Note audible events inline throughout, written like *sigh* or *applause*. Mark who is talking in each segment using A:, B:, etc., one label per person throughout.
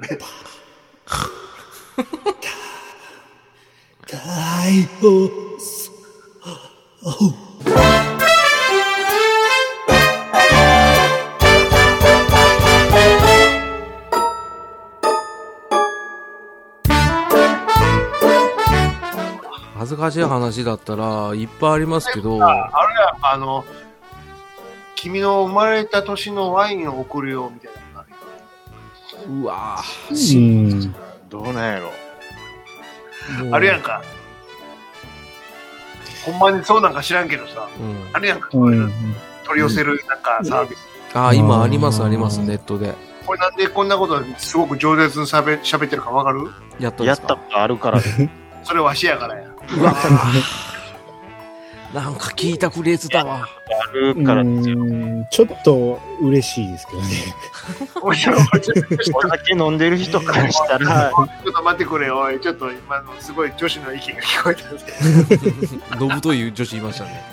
A: ね。逮捕
B: 恥ずかしい話だったらいっぱいありますけど、
A: あれや、あの、君の生まれた年のワインを送るよ、みたいなのあるよ。
B: うわ
C: うん。
A: どうなんやろ。
B: ぁ。もう
A: あるやん、か。ほんまにそうなんか知らんけどさ。
B: うん
A: あるやんか、そう
C: う。
A: いうん取り寄せるなんかサービス。
B: ああ、今あります
C: うん
B: あります、ネットで。
A: これなんでこんなことすごく饒舌にしゃべ喋ってるかわかる
B: やったん
D: や
B: です
D: っ
B: か
D: たことあるから、
A: それわしやから *laughs* や。
B: うわぁなんか聞いたフレーズだわ。
D: あるからですよ。
C: うんちょっと嬉しいですけどね。
A: おいちょ
D: お酒飲んでる人からしたら、
A: っと待ってくれよ、おい。ちょっと今のすごい女子の意見が聞こえたんですけ
B: *laughs* ノブという女子いましたね。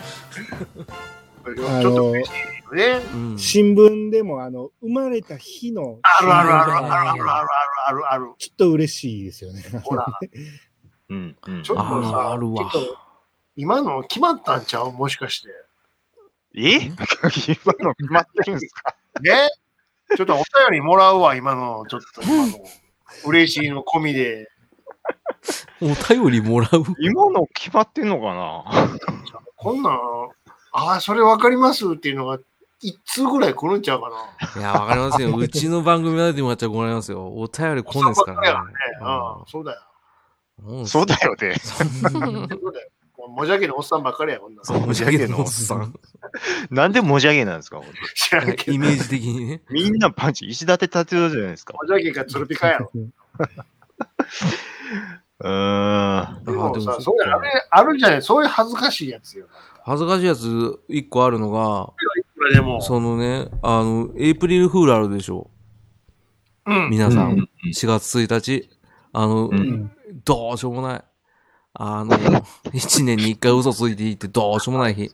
A: ど、ち
C: あ
A: ょっと
C: の、
A: 嬉しいよね。
B: うん。
C: 新聞でも、あの、生まれた日の、
A: あるあるあるあるあるあるあるある。
C: ちょっと嬉しいですよね。
A: ほら、
D: うんうん
A: ちょっと
B: ああ、
A: さ
B: あ、るわ
A: ち。ょっと今の決まったんちゃうもしかして。
D: え今の決まってるんですか
A: ねちょっとお便りもらうわ、今の、ちょっと今の。嬉しいの込みで。
B: お便りもらう。
D: 今の決まってんのかな
A: こんなん、ああ、それわかりますっていうのが、一通ぐらい来るんちゃうかな。
B: いや、わかり *laughs* ますよ。うちの番組はでもやっちゃ困りますよ。お便り来んですからね。
A: うん、そうだよ。
B: うん
D: そうだよね。
A: そうだよ。もうもじゃけのおっさんばっかりや、こんなん。
B: そう、無邪気のおっさん。
D: なんでもじゃげなんですかこれ
A: 知らんけど。
B: イメージ的にね。
D: みんなパンチ、石立達郎じゃないですか。
A: もじゃけかつるぴかやろ。
D: うーん。
B: *laughs*
A: で
B: あ
A: も
B: でも
A: さ、
B: そ
A: そういうあれあるじゃない、そういう恥ずかしいやつよ。
B: 恥ずかしいやつ、一個あるのが、
A: これでも、
B: そのね、あの、エイプリルフールあるでしょ。
A: うん。
B: 皆さん、
D: うん
B: 4月1日。あの、
D: うん
C: うん
B: どうしようもない。あの、1年に1回嘘ついていいってどうしようもない日。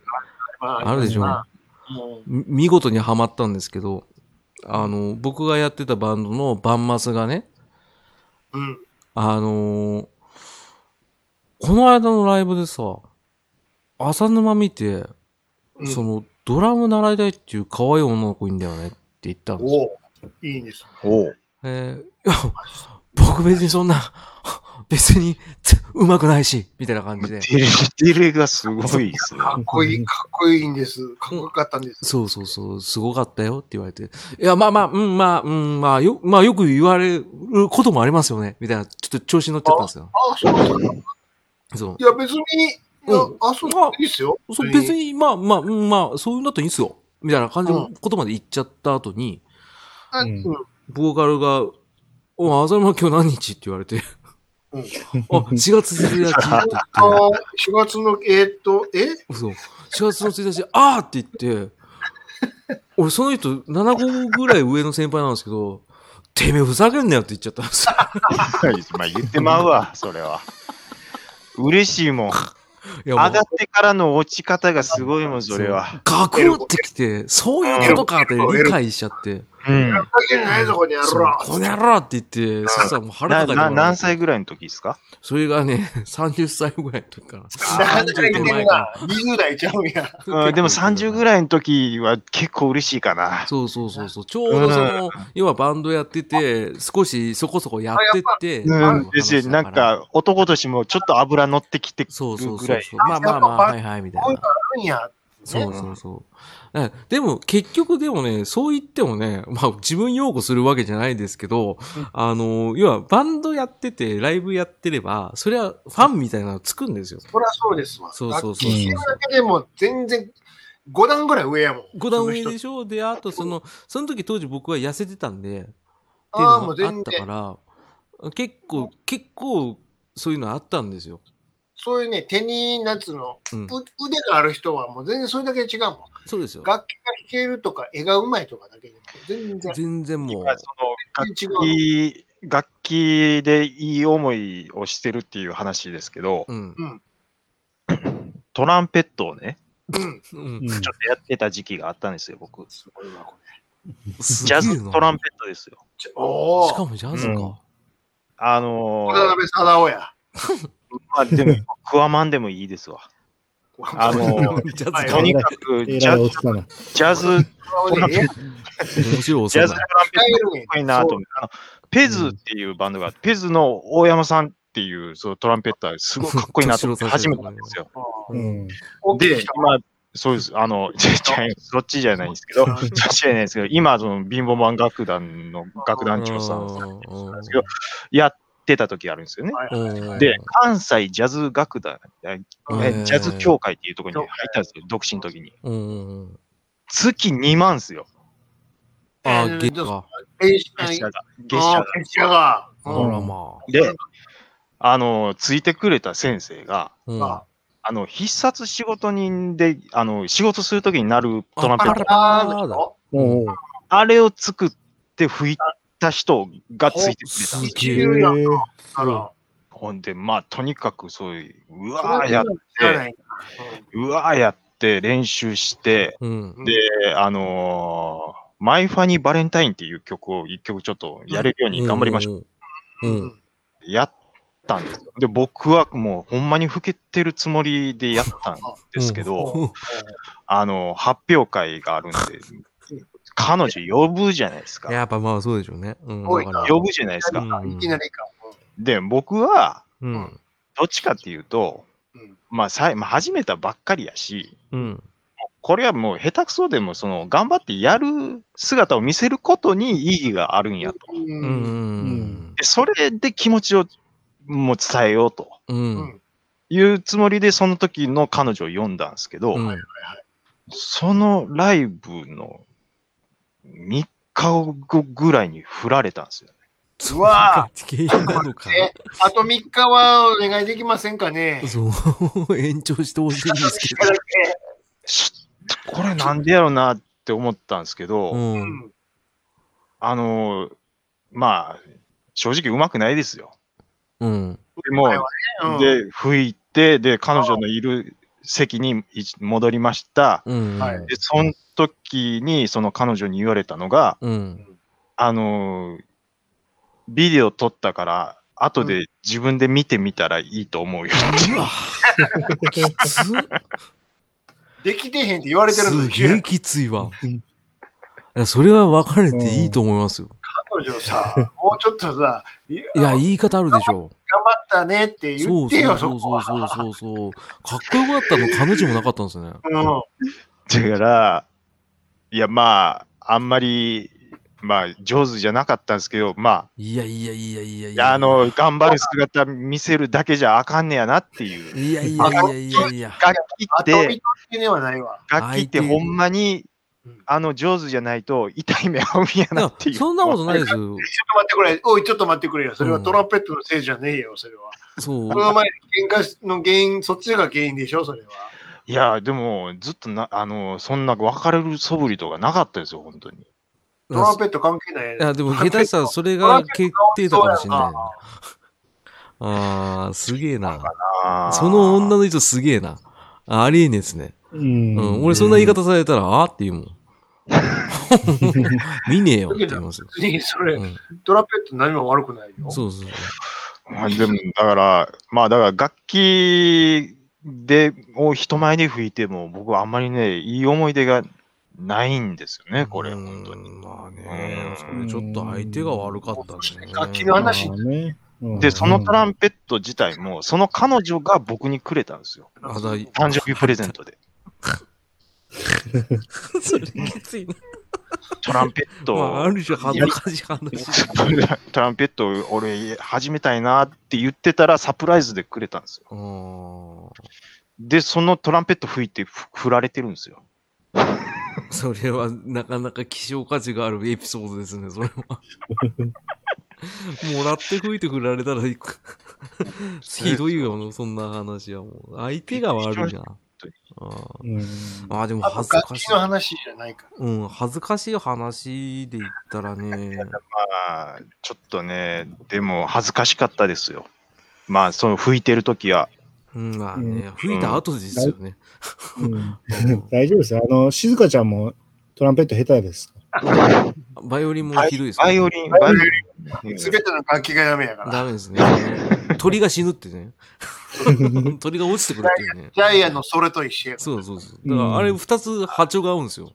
A: まあ
B: あるでしょ
A: まあもう
B: み見事にはまったんですけど、あの、僕がやってたバンドのバンマスがね、
A: うん。
B: あのーこの間のライブでさ、浅沼見て、
A: うん
B: その、ドラム習いたいっていう可愛い女の子いんだよねって言ったんですよ。
A: おういいんです。
D: おう
B: えーいや僕別にそんな、 *laughs* 別に、つうまくないし、みたいな感じで。
D: デレデレがすごいですね。
A: かっこいい、かっこいいんです。かっこよかったんです。
B: そうそうそう、すごかったよって言われて。いや、まあまあ、うん、まあ、うん、まあ、よ、まあよく言われることもありますよね、みたいな、ちょっと調子に乗っちゃったんですよ。
A: ああ、そうそう。い
B: そう。
A: や、別に、
B: うん
A: ああ、そう、
B: あ
A: いいっすよ。
B: そう別。に、まあまあ、うんまあ、そういうんだったらいいんすよ。みたいな感じのことまで言っちゃった後に、
A: あう
C: うん
A: ん。
B: ボーカルが、おい、浅沼今日何日って言われて、
A: う
B: *laughs* あ、
A: ん
B: 4月1日って言って、
A: あの、4月の、えーっと、え
B: そう、4月の1日、あーって言って、俺その人7個ぐらい上の先輩なんですけど、てめえふざけんなよって言っちゃったんですよ。
D: まあ言ってまうわ、それは。嬉しいもん。
B: いやも
D: 上がっ
B: う、
D: てからの落ち方がすごいもん、それは。
B: ガクってきて、そういうことかって理解しちゃって、
D: うん。
A: だけじゃないぞ、この野
B: そう
A: 郎。
B: この野郎って言って、そしたらもう腹
D: な
B: 立た
D: な何
B: れて、
D: 歳ぐらいの時ですか
B: それがね、30歳 *laughs* ぐらいの時から。
A: なかなかいけ
B: 30手
A: る
B: 前か
A: な。20代ちゃうんや。
B: ら
D: うん、でも30ぐらいの時は結構嬉しいかな。
B: そうそうそうそう。ちょうどその、要はバンドやってて、少しそこそこやってって、
D: うん、ですし、
B: 話だ
D: なん、か男としてもちょっと油乗ってきて、
B: そうそう
D: ぐ
B: そ
D: ら
B: う
D: い
B: そう。まあまあまあ、はいはい、みたい
A: こういう
B: な
A: の。あるんや。
B: そうそうそう。えでも、結局でもね、そう言ってもね、 *laughs* まあ自分擁護するわけじゃないですけど、あの、要はバンドやってて、ライブやってれば、それはファンみたいなのつくんですよ。
A: そりゃそうですわ。
B: そうそうそう
A: 聞いてるだけでも全然5段ぐらい上やもん。
B: 五段上
A: その
B: で
A: 人
B: しょで、あとその、その時当時僕は痩せてたんで、っていう
A: ああ、
B: の
A: もう
B: があ
A: 全
B: ったか
A: 然。
B: ら、結構、結構、そういうのあったんですよ。
A: そういうね、手に、なんつうの、
B: うん。
A: う腕がある人はもう全然それだけで違うもん。
B: そうですよ。
A: 楽器が弾けるとか、絵がうまいとかだけでも全然。
B: 全然もう。
D: 今その楽
A: 全然違う
D: 器、楽器でいい思いをしてるっていう話ですけど、
B: うん。
D: トランペットをね、
A: うん。
B: うん
C: うん
D: ちょっとやってた時期があったんですよ、僕。
A: すごいわ、こ
B: す
D: ジ
B: げえ
D: ャ
B: な
D: ズトランペットですよ。
A: ちょお
B: しか
A: お。
B: もジャズ
D: うん
B: か。
D: あの
A: 渡
D: ー
A: 辺貞夫や。
D: まあ、でも、クワマンでもいいです
C: *laughs*
D: わ。あ
A: *laughs*
D: の
B: *laughs*
D: ー
B: ジャズ
A: はい
B: か
D: とにかくジ
C: えら
D: ャ
C: いおっ
D: ズ、
C: さんな。
D: ジャズ、
A: え
B: 面白いおっ
D: ジ
B: さんだ
D: ャズトランペット
A: えるんや
D: かっこいいなと思って、あのペズっていうバンドがあって、ペズの大山さんっていうそのトランペッター、すごいかっこいいなと思って、初めてなんですよ。
C: う
B: うん
C: ん。
D: で、今、そうです、あの、ちゃいそっちじゃないんですけど、そっちじゃないですけど、今、その貧乏マン楽団の楽団長さんなんですけど、やってた時あるんですよね。
B: うん
D: で、関西ジャズ楽団、え
B: うん
D: ジャズ協会っていうところに入ったんですよ、独身の時に。
B: うんうんうん。
D: 月2万っすよ、
B: あ
A: えー
B: ー、ゲッか。
A: 月
D: 月謝
A: 謝
D: が。月謝が。
A: 月謝が。
B: あ
A: うん
B: らま
D: で、あの、ついてくれた先生が、
B: あ。うん
A: あ
D: あの、必殺仕事人で、あの、仕事するときになるトランペット。
B: あ
A: あ
B: ら
A: ー
B: だ。
C: おうおう。
D: あれを作って吹いた人がついてくれたんですす
A: い
D: よ。
B: げえ。
A: るやん
C: えー
A: あら。
D: ほんで、まあ、とにかくそういう、う
A: そ
D: わー
A: れ
D: や
A: は
D: っ
A: 知らな
D: て、
A: いうん
D: うわーやって練習して、
B: うん。
D: で、あのーマイファニーバレンタインっていう曲を一曲ちょっとやれるように頑張りましょう。
B: うん。うん。
D: やったんですよ。で、僕はもうほんまに老けてるつもりでやったんですけど、
B: うん
D: あの、発表会があるんで、彼女呼ぶじゃないですか。
B: やっぱまあそうでしょうね。うん。
A: 多い
B: だ
A: な
B: から
D: 呼ぶじゃないです
B: う
D: か。
B: ん
A: いきなりか。
D: で、僕は、
B: うん。
D: どっちかっていうと、
A: うん
D: まあ、さいまあ、始めたばっかりやし、
B: うん。
D: これはもう下手くそでも、その、頑張ってやる姿を見せることに意義があるんやと。
A: う。
B: うんん。
D: で、それで気持ちをもう伝えようと
B: うん。
A: うん
D: いうつもりで、その時の彼女を読んだんですけど、
B: うん。
D: そのライブの3日後ぐらいに振られたんですよ。
A: うわ
B: 経営なのか。
A: え、あと3日はお願いできませんかね。
B: そう、延長してほしいんですけど。
D: ちょっとこれなんでやろうなって思ったんですけど、
B: う。
A: うんん
D: あのーまあ、正直うまくないですよ。
B: うん。
D: でも
A: はうん
D: う、で、吹いて、で、彼女のいる席にい戻りました。
B: うん。
A: はい
D: で、その時に、その彼女に言われたのが、
B: うん。
D: あのービデオ撮ったから、後で自分で見てみたらいいと思うよって
B: うわきつ
A: できてへんって言われてるの
B: す
A: に、
B: げえきついわ。
C: うん
B: いやそれは別れていいと思いますよ。
A: 彼女さ、もうちょっとさ、いや
B: いや、言い方あるでしょ。
A: 頑張ったねって言
B: そ
A: っ
B: う
A: て
B: そ
A: よ、
B: うそ
A: そうこ
B: そう
A: は。
B: そうそうそう。かっこよかったの彼女もなかったんですね。
A: うん
D: だから、いや、まあ、あんまり、まあ、上手じゃなかったんですけど、ま
B: いやいやいやいや
D: あ、
B: い
D: いや
B: や。
D: あの、頑張る姿見せるだけじゃあかんねやなっていう。
B: いやいやいやいやいや。
D: 楽器っ
A: 後見
D: て、
A: とではないわ。
D: 楽器ってほんまに
A: うん、
D: あの、上手じゃないと痛い目合うんや
B: い
D: な
B: や
D: っていう。
B: そんなことないですよ。
A: ちょっと待ってくれ、おい、ちょっと待ってくれよ。それは
B: うん
A: トランペットのせいじゃねえよ、それは。
B: そう
A: こ。の前、喧嘩の原因、そっちが原因でしょ、それは。
D: いや、でも、ずっとな、あの、そんな別れる素振りとかなかったですよ、本当に。
A: トランペット関係ない
B: いや、
A: や
B: でも下手したらそれが決定だかもしれないな。あー、すげえな。
D: あー
B: その女の人すげえな。あありえねえですね。
C: う
B: うんん。俺そんな言い。方されたら、あーって言うもん。見ねえよって言いますよ。
A: 別にそれ
B: う、ん。
A: トランペット何も悪くないよ。
B: そうそうそう。
D: まあでも、だから、まあだから楽器で、を人前で吹いても、僕はあんまりね、いい思い出がないんですよね、これ、
B: うん
D: 本当に。
B: まあね、そ
D: うん
B: れちょっと相手が悪かったね。
A: 楽器の話
C: まあね。うん
D: で、そのトランペット自体も、その彼女が僕にくれたんですよ。
B: あだい
D: 誕生日プレゼントで。
B: それきついな。
D: トランペット
B: まあ、あ
D: を、
B: る種恥ずかしい話。
D: *laughs* トランペットを俺始めたいなって言ってたら、サプライズでくれたんですよ。
B: うーん。
D: で、そのトランペット吹いてふ振られてるんですよ。
B: それはなかなか希少価値があるエピソードですね、それは。もらって吹いてくられたらいく。ひどいよな、そんな話はもう。相手が悪いな。あー
C: うん
B: まあでも
A: あ
B: 恥ず
A: と楽
B: かし
A: 器
B: い
A: の。話じゃないから。
B: うん、恥ずかしい話で言ったらね。
D: まあ、ちょっとね、でも恥ずかしかったですよ。まあ、その吹いてる時は。
B: うん、まあね、吹いた後ですよね。
C: うん大丈夫ですよ。あの、静香ちゃんもトランペット下手ですか。
B: バイオリンもひどいですね
D: バイオリン、バイオリン。
A: すべての楽器がダメやから。
B: ダメですね。 *laughs* 鳥が死ぬって *laughs* ね。鳥が落ちてくるっていうね。
A: ジャイアンのそれと一緒やから。
B: そうそうそう。だからあれ二つ波長が合うんですよ。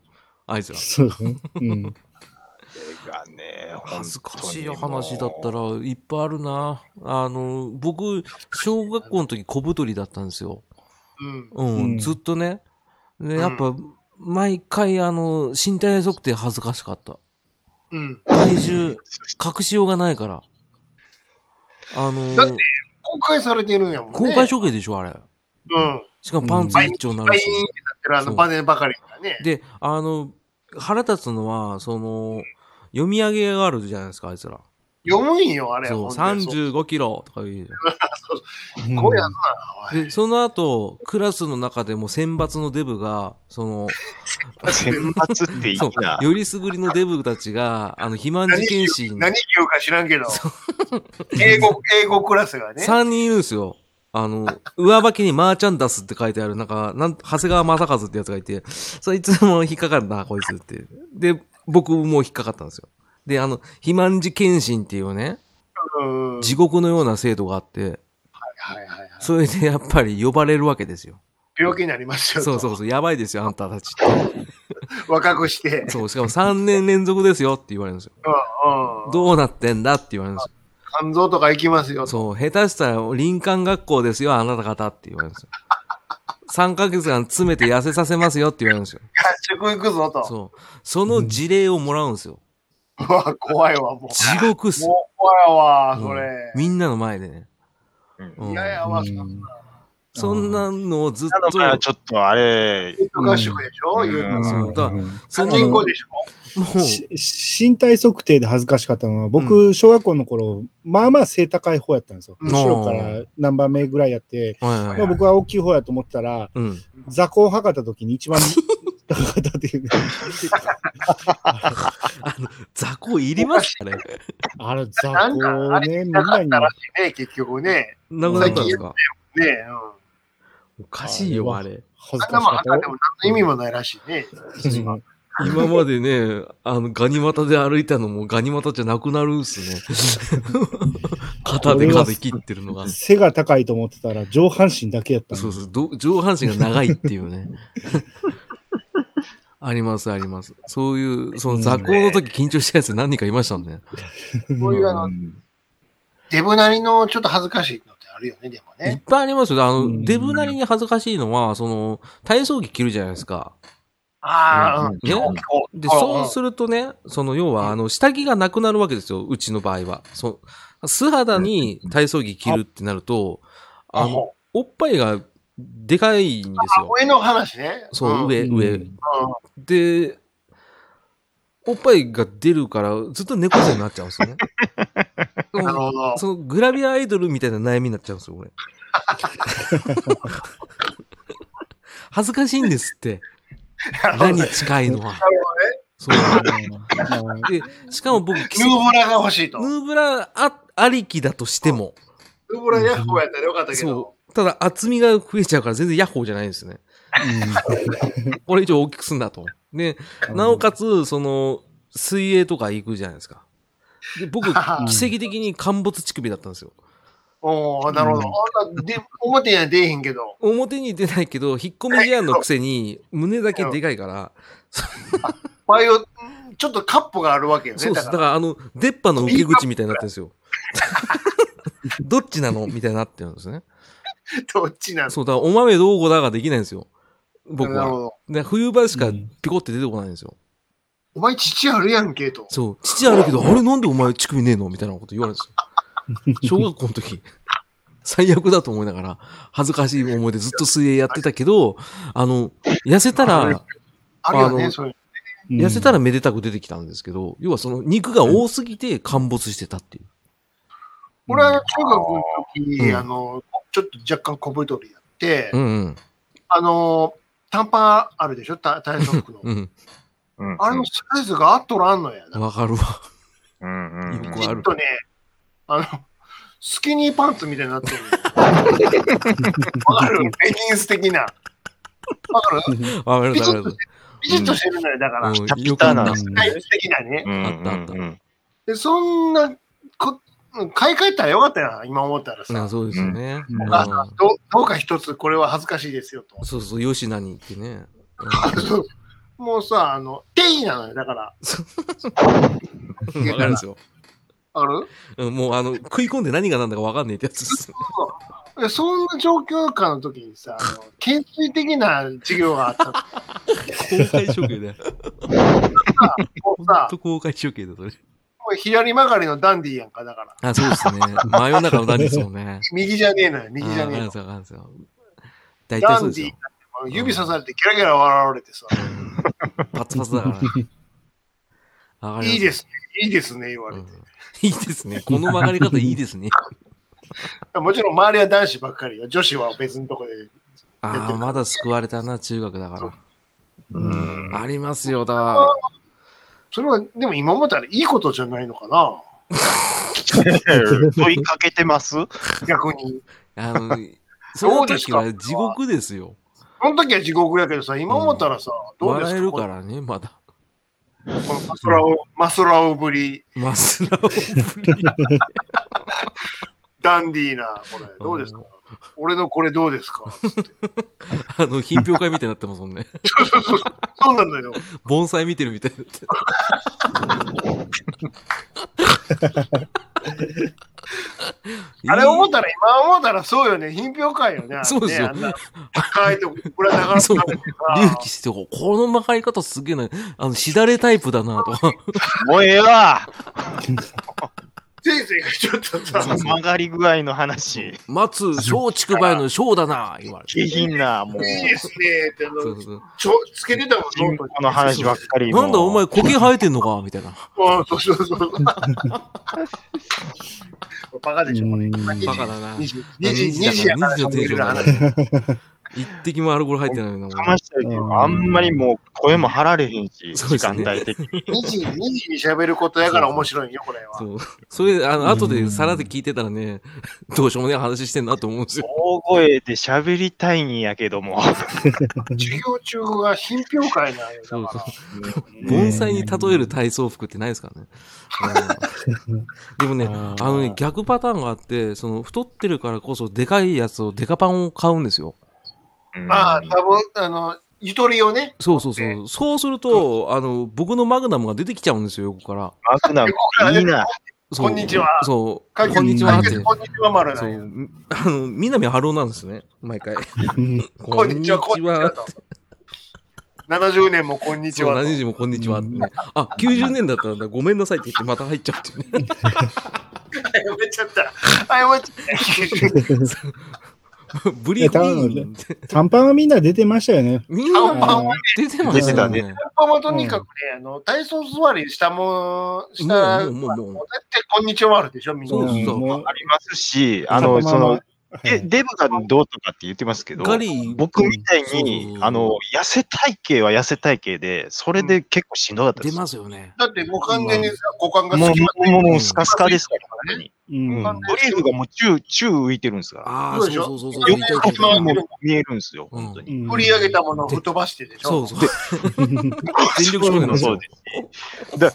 B: あいつら。
C: そうね。うん。
D: がね、
B: 恥ずかしい話だったらいっぱいあるな。あの、僕、小学校の時小太りだったんですよ。
A: うん。
B: うん、
C: うん
B: ずっとね。で、
A: ん
B: やっぱ、毎回あの、身体測定恥ずかしかった。
A: うん。
B: 体重、隠しようがないから。あの
A: だって、公開されてるんやもんね。
B: 公開処刑でしょ、あれ。
A: うん。
B: しかもパンツ一丁な
A: バ
B: る
A: イ
B: し。
A: ーンってなってるあ
B: そ
A: の
B: う
A: バネばかりがね。
B: で、あの、腹立つのは、その、読み上げがあるじゃないですか、あいつら。
A: 読むんよ、あれ。
B: そう、
A: ほんでそう
B: 35キロとか言うじ
A: こうやんな、
B: ゃ
A: おい。
B: ん。で、その後、クラスの中でも選抜のデブが、その、
D: 先発っていい
B: そう
D: な、。
B: よりすぐりのデブたちが、あの、肥満児検診、
A: 何言うか知らんけど。英語、英語クラスがね。
B: 3人いるんですよ。あの、上履きにマーチャンダスって書いてある、なんか、なん、長谷川正和ってやつがいて、そいつも引っかかるな、こいつって。で、僕も引っかかったんですよ。で、あの、肥満児検診っていうね、
A: うん。
B: 地獄のような制度があって、
A: はいはいはい。
B: それでやっぱり呼ばれるわけですよ。
A: 病気になりますよ。
B: そうそうそう、やばいですよ、あんたたちって。
A: う。若くして。
B: そう、しかも3年連続ですよって言われるんですよ。
A: うんうん。
B: どうなってんだって言われるんですよ。
A: 肝臓とか行きますよ。
B: そう、下手したら林間学校ですよ、あなた方って言われるんですよ。3ヶ月間詰めて痩せさせますよって言われるんですよ。
A: 合宿行くぞと。
B: そう。その事例をもらうんですよ。
A: うわ、怖いわ、もう。
B: 地獄っすよ。
A: もう怖いわ、
B: うん
A: それ。
B: みんなの前でね。
D: うん
B: うん
A: 嫌やわ、
C: う
A: そんなん
B: そんなのをずっ
D: なの
B: と
D: か、らちょっとあれ、
A: 合宿でしょ、
D: う
A: うん言うたら。
B: そうだそ
A: 三
B: の、
A: 人
B: も
A: 語
B: う、
A: でしょ
C: し身体測定で恥ずかしかったのは、僕、小学校の頃、まあまあ背高い方やったんですよ。
A: うん
C: 後ろから何番目ぐらいやって、
B: はいはい
C: まあ、僕は大きい方やと思ったら、
B: うん。
C: 座高を測った時に一
A: *laughs*
C: 番高かったっていうね。
B: あの、雑魚いりますかね。
C: あれ、座
A: なんか、あ
C: 高
A: れ
C: ね、みん
A: なか
C: な
A: っ
C: に。
A: たらしいね、結局ね。
B: なくなったんですか
A: ねえ、
B: おかしいよ、あれ。
C: 恥
A: うん。
C: ず
A: 頭
C: かしかっ
A: 測っても何の意味もないらしいね。
C: たよ。うん
B: 今までね、あの、ガニ股で歩いたのもガニ股じゃなくなるっす *laughs* ね。肩で風切ってるのが。
C: 背が高いと思ってたら、上半身だけやったの
B: そうそう、ど上半身が長いっていうね。 *laughs* あります、あります。そういう、その、座高の時緊張したやつ何人かいましたもんね。
A: こういうあ
D: う
A: の、
D: ん
A: デブなりのちょっと恥ずかしいのってあるよね、でも
B: いっ
A: ね。
B: ぱいありますよ。あ
C: う
B: の、
C: ん
B: デブなりに恥ずかしいのは、その、体操着着るじゃないですか。
A: ああ、うん。
B: ね
A: 今日、今日。
B: で、そうす
A: る。
B: るとね、その、要は、あの、下着がなくなるわけですよ。うちの場合は。そう。素肌に体操着着るってなると、あの、
A: の、
B: おっぱいがでかいんです
A: あ
B: よ。
A: 上の話ね。
B: そう、
A: ん
B: 上、
C: うん
B: 上。で、おっぱいが出るから、ずっと猫背になっちゃうんです
A: *laughs*
B: よね。
A: うんなる
B: そ
A: ほど
B: の。そのグラビアアイドルみたいな悩みになっちゃうんですよ、
A: *laughs*
B: 俺。恥ずかしいんですって。
A: なるほど
B: 何
A: ね。
B: 近いのは。そう。
C: うん
B: で、しかも僕、
A: ヌーブラが欲しいと。ヌ
B: ヌーブラあありきだとしても、
A: ーブラヤッホーやったらよかったけど
B: そ。う。ただ厚みが増えちゃうから全然ヤッホーじゃないんですね。
A: *laughs*
B: これ以上大きくすんだと。で、なおかつ、その、水泳とか行くじゃないですか。で、僕、奇
A: あ
B: 跡的に陥没乳首だったんですよ。
A: おおなるほど。あんなで表には出えへんけど。
B: 表に出ないけど、引っ込み思案のくせに、胸だけでかいから、
A: バイオ、ちょっとカップがあるわけよ
B: そ
A: ね。
B: うで
A: だ
B: す。
A: か
B: だ
A: ら
B: か。ら、あの、出っ歯の受け口みたいになってるんですよ。どっちなのみたいになってるんですね。
A: どっちなの
B: そう、だから、お豆どうこだができないんですよ。僕
A: なるほ
B: は。
A: ど。
B: で冬場しか
C: うん
B: ピコって出てこないんですよ。
A: お前、父あるやんけと。
B: そう、父あるけど、あれなんでお前乳首ねえのみたいなこと言われるんです *laughs* よ。小学校の時、最悪だと思いながら、恥ずかしい思いでずっと水泳やってたけど、あの、痩せたら、
A: あるよ
B: あ
A: ね、
B: の
A: そういう。
B: 痩せたらめでたく出てきたんですけど、要はその肉が多すぎて陥没してたっていう。
A: 俺は中学の時、
B: うん
A: あの、ちょっと若干小太りやって、
B: うんうん。
A: あの、短パンあるでしょた体操服の。
B: うん。
D: うん
A: あれのサイズがあっとらんのやな。
B: わかるわ。 *laughs*
D: うんうんうん
B: 一
A: ち
B: 個あ
A: ょっ
B: る
A: とね、あの、スキニーパンツみたいにな
B: *laughs*
A: ってる。わかるレギンス的な。わかる
B: わかる
A: ピ
B: わ
A: チ
B: か
A: ッ
B: る
A: と。ビシッとしてるんだよ、だから。
B: うん
D: ピタピタなん
B: よ
D: で
B: く
D: す
B: 見
A: タ
B: た
A: イプ的なね。
D: うんうん
B: あったあった
D: うん
A: で、そんなこ、買い替えたらよかったな、今思ったら
B: な
A: さ。
B: そうですよね。
C: うん
B: うん
A: あどどうか一つ、これは恥ずかしいですよと。 *laughs*
B: そうそう、吉なにってね。
A: そうもうさ、あの、定義なのよ、だから。
B: うんわかるんですよ。
A: ある
B: うんもう、あの、食い込んで何が何だかわかんないってやつ
A: *laughs*
B: です。
A: えそんな状況下の時にさ、あ
B: *laughs*
A: の懸垂的な授業があったの。
B: 公開処刑だよ。
A: もう
B: ほん
A: さ、
B: と公開処刑だ、それ。
A: もう左曲がりのダンディやんか、だから。
B: あ、そうですね。真夜中の何ですもんね。
A: 右じゃねえのよ、
B: あ
A: 右じ
B: ーわ
A: ゃ
B: か
A: ねえ
B: るん
A: の
B: で。すよ、わかるんですよ。大体
A: ダ
B: そう
A: ン
B: です
A: ディ
B: よ
A: ー。指さされてキラキラ笑われてさ、
B: パツパツだ
A: *laughs*
B: から。わかります
A: いいですね、いいですね、言われて。
B: いいですね。この曲がり方いいですね。
A: もちろん周りは男子ばっかりよ、女子は別のとこで。
B: ああ、まだ救われたな、中学だか
D: うん
B: ら。ありますよ、だか
A: それは、でも今思ったらいいことじゃないのかな、
D: 問いかけてます
A: 逆に。
B: ら。あの、
A: *laughs*
B: そ
A: ど
B: の
A: うです
B: 時
A: か
B: は地獄ですよ。
A: その時は地獄やけどさ、今思ったらさ、どうです
B: 笑
A: か
B: えるからね、まだ。
A: このマスラオ、マスラオぶり、
B: マスラオぶり。
A: ダンディーな、これ、どうですか、俺のこれどうで
B: *laughs*
A: すか
B: あの、品評会みたいになってますもんね。
A: そうなんだよ。
B: 盆栽見てるみたいになって。
A: あれ思ったら、今思ったらそうよね、品評会よね。あれね
B: そうですよ
A: あんな高いとこ、これ
B: *laughs*
A: は
B: そう
A: 流れて
B: 隆
A: さ
B: 起して、この曲がり方すげえな。あの、しだれタイプだなと。
D: もうええわ
A: 先生がちょっとさ、
D: 曲がり具合の話。
B: *laughs* 松、松竹梅 *laughs* の松だな言われて。
D: 下品な、もう。
A: いいですねってあ
B: そう
A: の
B: そうそう
A: ちょ、つけてたもん、
D: 人
A: ノートに
D: 口の話ばっかり。
B: なんだお前、
D: も
B: 苔生えてんのかみたいな。
A: あそうそうそう。バカでしょ、これ。
B: バカだな。
A: 2時、
B: 2
A: 2時、2時やから
B: のテンションだ
A: 喋
B: な
A: ってる話。
B: 一滴もアルコール入ってないの
D: う
B: な。
D: かましたけど、あんまりもう声も張られへんし、
B: そうで
D: 時
B: す
D: 間
B: ね
D: 帯的に。
A: 2時、2時に喋ることやから面白いんよ、これは。
B: そう。それ、あの、後でさらで聞いてたらね、どうしようもねえ話してんなと思うんですよ。
D: 大声で喋りたいんやけども。
A: 授業中は品評会なんよ、だから。
B: 盆栽に例える体操服ってないですからね。うんでもね、
C: あー
B: あのね、逆パターンがあって、その、太ってるからこそ、でかいやつを、デカパンを買うんですよ。
A: まあ、多分、あの、ゆとりをね、
B: そうそうそ
A: え
B: う。そうすると、あの、僕のマグナムが出てきちゃうんですよ、横から。
D: マグナム、いいな。
B: そう
A: こんにちは
B: そう。
A: 解決
B: こんにちはっ
A: 解
B: て。
A: 決こんにちは、丸
B: そ
A: なんよ
B: う。あの、南春夫なんですね、毎回。
A: こんにちは、こ
B: こ
A: ん
B: ん
A: に
B: に
A: ち
B: ち
A: は
B: は
A: と。70年もこんにち
B: そう、
A: はと。
B: 何時もこんにちはってね。あ、90年だったんだ、ごめんなさいって言ってまた入っちゃうっていうね。
A: 謝っちゃった。謝っちゃった。
B: ブリーフィーンって。
C: *laughs* 短パンはみんな出てましたよね。
B: みんな
A: 短パン
B: もう出てま
D: 出
B: す
D: て
B: よ
D: た
B: ね
D: ね。
A: まあまあとにかくね、あの、体操座りしたもん、した、
B: もうもうもうもう
A: だってこんにちはあるでしょ、みん
B: そう
A: な。
B: そうそうん
C: もう
D: ありますし、あの、その、
C: はい
D: えデブがどうとかって言ってますけど、
B: ガリ
D: 僕みたい
B: そうそう
D: に
B: そ、う
D: あの、痩せ体型は痩せ体型で、それで結構しんどかった
B: 出
D: です。
B: ますよね。
A: だってもう完全にさ、股間が
D: もう、
A: 隙間
D: もう、もうもうスカスカですから、本当に。
C: うん
D: ドリフがもう宙、宙浮いてるんですから。
B: ああ、そう
A: そ
B: う
A: でしょ
B: そうそうそう。
A: よ
B: 見たい
A: くこ
D: 横
B: け
A: こ
B: ど
A: ま
D: も
A: で
D: 見えるんですよ、本当に。
A: 振り上げたものを吹っ飛ばしてでしょ。
B: そうそう。全力少年なんです
D: そ
B: よ
D: う。です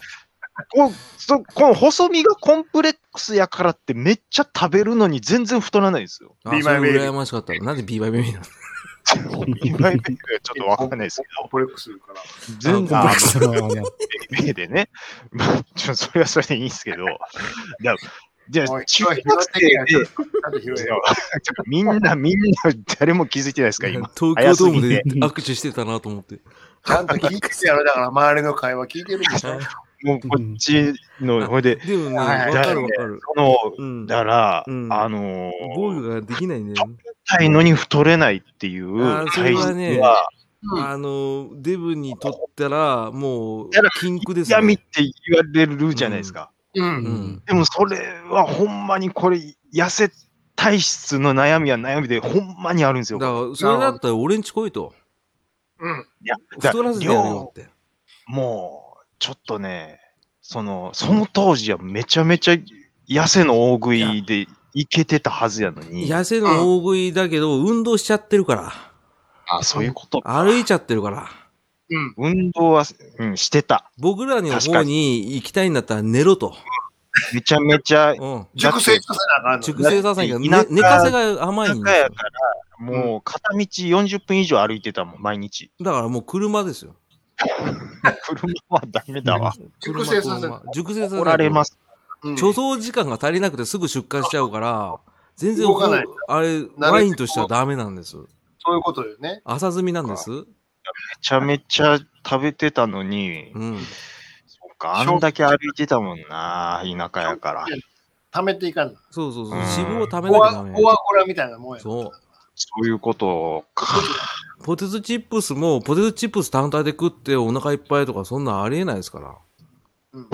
D: し。だこそこの細身がコンプレックスやからってめっちゃ食べるのに全然太らないんですよ。
B: あ
A: Be
B: ー
A: my
B: それ
A: baby
B: 羨ましかった。なんで B バイベビーなの
D: いわゆるちょっとわかんないですけ
A: コンプレックスするから。
D: ど、全然
B: あ
D: あ
B: の
D: の
C: うん
D: 目でね、まあ、ちょそれはそれでいいんですけど、だじゃ
A: お
D: あ、
A: い
D: 中学生で、
A: なんで拾え
D: そ
A: よ
D: うみんな、みんな、誰も気づいてないですか、 *laughs* 今。
B: 東京ドームで握手してたなと思って。
A: ちゃんと聞いてるやろ、だから周りの会話聞いてるでしょ。
D: もうこっちの、ほいで、
B: でもね、わ
A: はい
B: かるわかる。
D: その、
B: うん。
D: だから、
B: うん
D: あの
B: 防御ができないんだよね。
D: たいのに太れないっていう
B: あーそれ
D: 体質
B: はね
D: は、
A: うん
B: あの、デブにとったら、もう
D: だから、
B: 禁句ですよ
D: 闇って言われるじゃないですか。
A: う。
B: うんん。
D: でもそれはほんまにこれ、痩せ体質の悩みは悩みでほんまにあるんです
B: だ
D: よ。
B: から、それだったら俺んち来いと。
A: うん。
D: いやだ
B: 太らずにやるよって。
D: もう、ちょっとね、その、その当時はめちゃめちゃ痩せの大食いでいけてたはずやのに、
B: 痩せの大食いだけど、運動しちゃってるから。
D: あそういうこと。
B: 歩いちゃってるから。
A: うん。
D: 運動は、うん、してた。
B: 僕らの方に行きたいんだったら寝ろと。
D: めちゃめちゃ、
B: うん。
A: 熟成させなあかんの。
B: 熟成させんが、
D: だっ
B: ね
D: て
B: 寝かせが甘いん
D: 中
B: です
D: や
B: よ
D: から、もう片道40分以上歩いてたもん、毎日。 *laughs*
B: だからもう車ですよ。
D: 車はダメだわ。
B: 車
A: 熟成させ
B: 車熟成させないと
D: 怒られます。
A: うん
B: 貯蔵時間が足りなくてすぐ出荷しちゃうから、全然
A: 動かない
B: あれ、ワインとしてはダメなんです。
A: そういうことよね。
B: 浅積みなんです。う
D: めちゃめちゃ食べてたのに、
B: ん。
D: そっか、あんだけ歩いてたもんな、田舎やから。
A: 貯めていかんの。
B: そうそうそう。
D: うん
B: 脂肪を食べな
A: ゴ
B: きゃ
A: ア
B: ダメ。
A: ゴアゴラみたいなもんや。
B: そう。
D: そういうことか。
B: ポテトチップスも、ポテトチップス単体で食ってお腹いっぱいとか、そんなんありえないですから。
A: うん。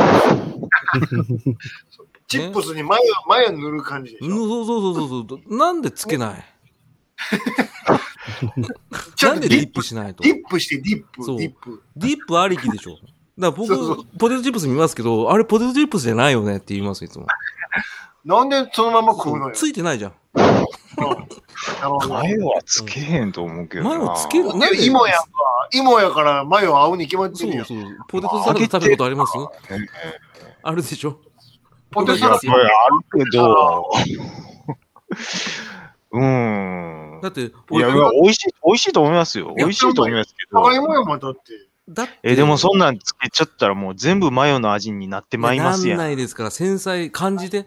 A: チップスにマヨ、マヨ塗る感じでし
B: うんそ
A: ょ。
B: うそうそうそうそう。なんでつけない
A: ちゃ
B: なんんで
A: とデ
B: ディ
A: ィッ
B: ップしないと。デ
A: ディップして、ディップ、
B: そう
A: ディップ。
B: ィップありきでしょ。だから僕
A: そうそう
B: ポテトチップス見ますけど、あれポテトチップスじゃないよねって言います、いつも。
A: なんでそのまま食うのよ。
B: ついてないじゃん。
A: なるほど
D: 前はつけへんと思うけどな。
B: 前はつける。なんで
A: 芋やんか。芋やからマヨ青に決まって
B: そ
A: る
B: う
A: やん。
B: そう。ポテトサラダ食べたことあります
D: てる
B: あるでしょ
A: ポテ
D: い
A: サ
D: や、
A: ラ
D: これあるけど。 *laughs* うん。
B: だって、
D: いや、
B: 俺
D: 美味しい、美味しいと思いますよ。
A: いや
D: 美味しいと思いますけど
A: 長。芋やもんだって。
B: だって
D: え、でもそんなんつけちゃったらもう全部マヨの味になってまいりますやん。
B: なん
D: な
B: ないですから、繊細、感じて。
A: な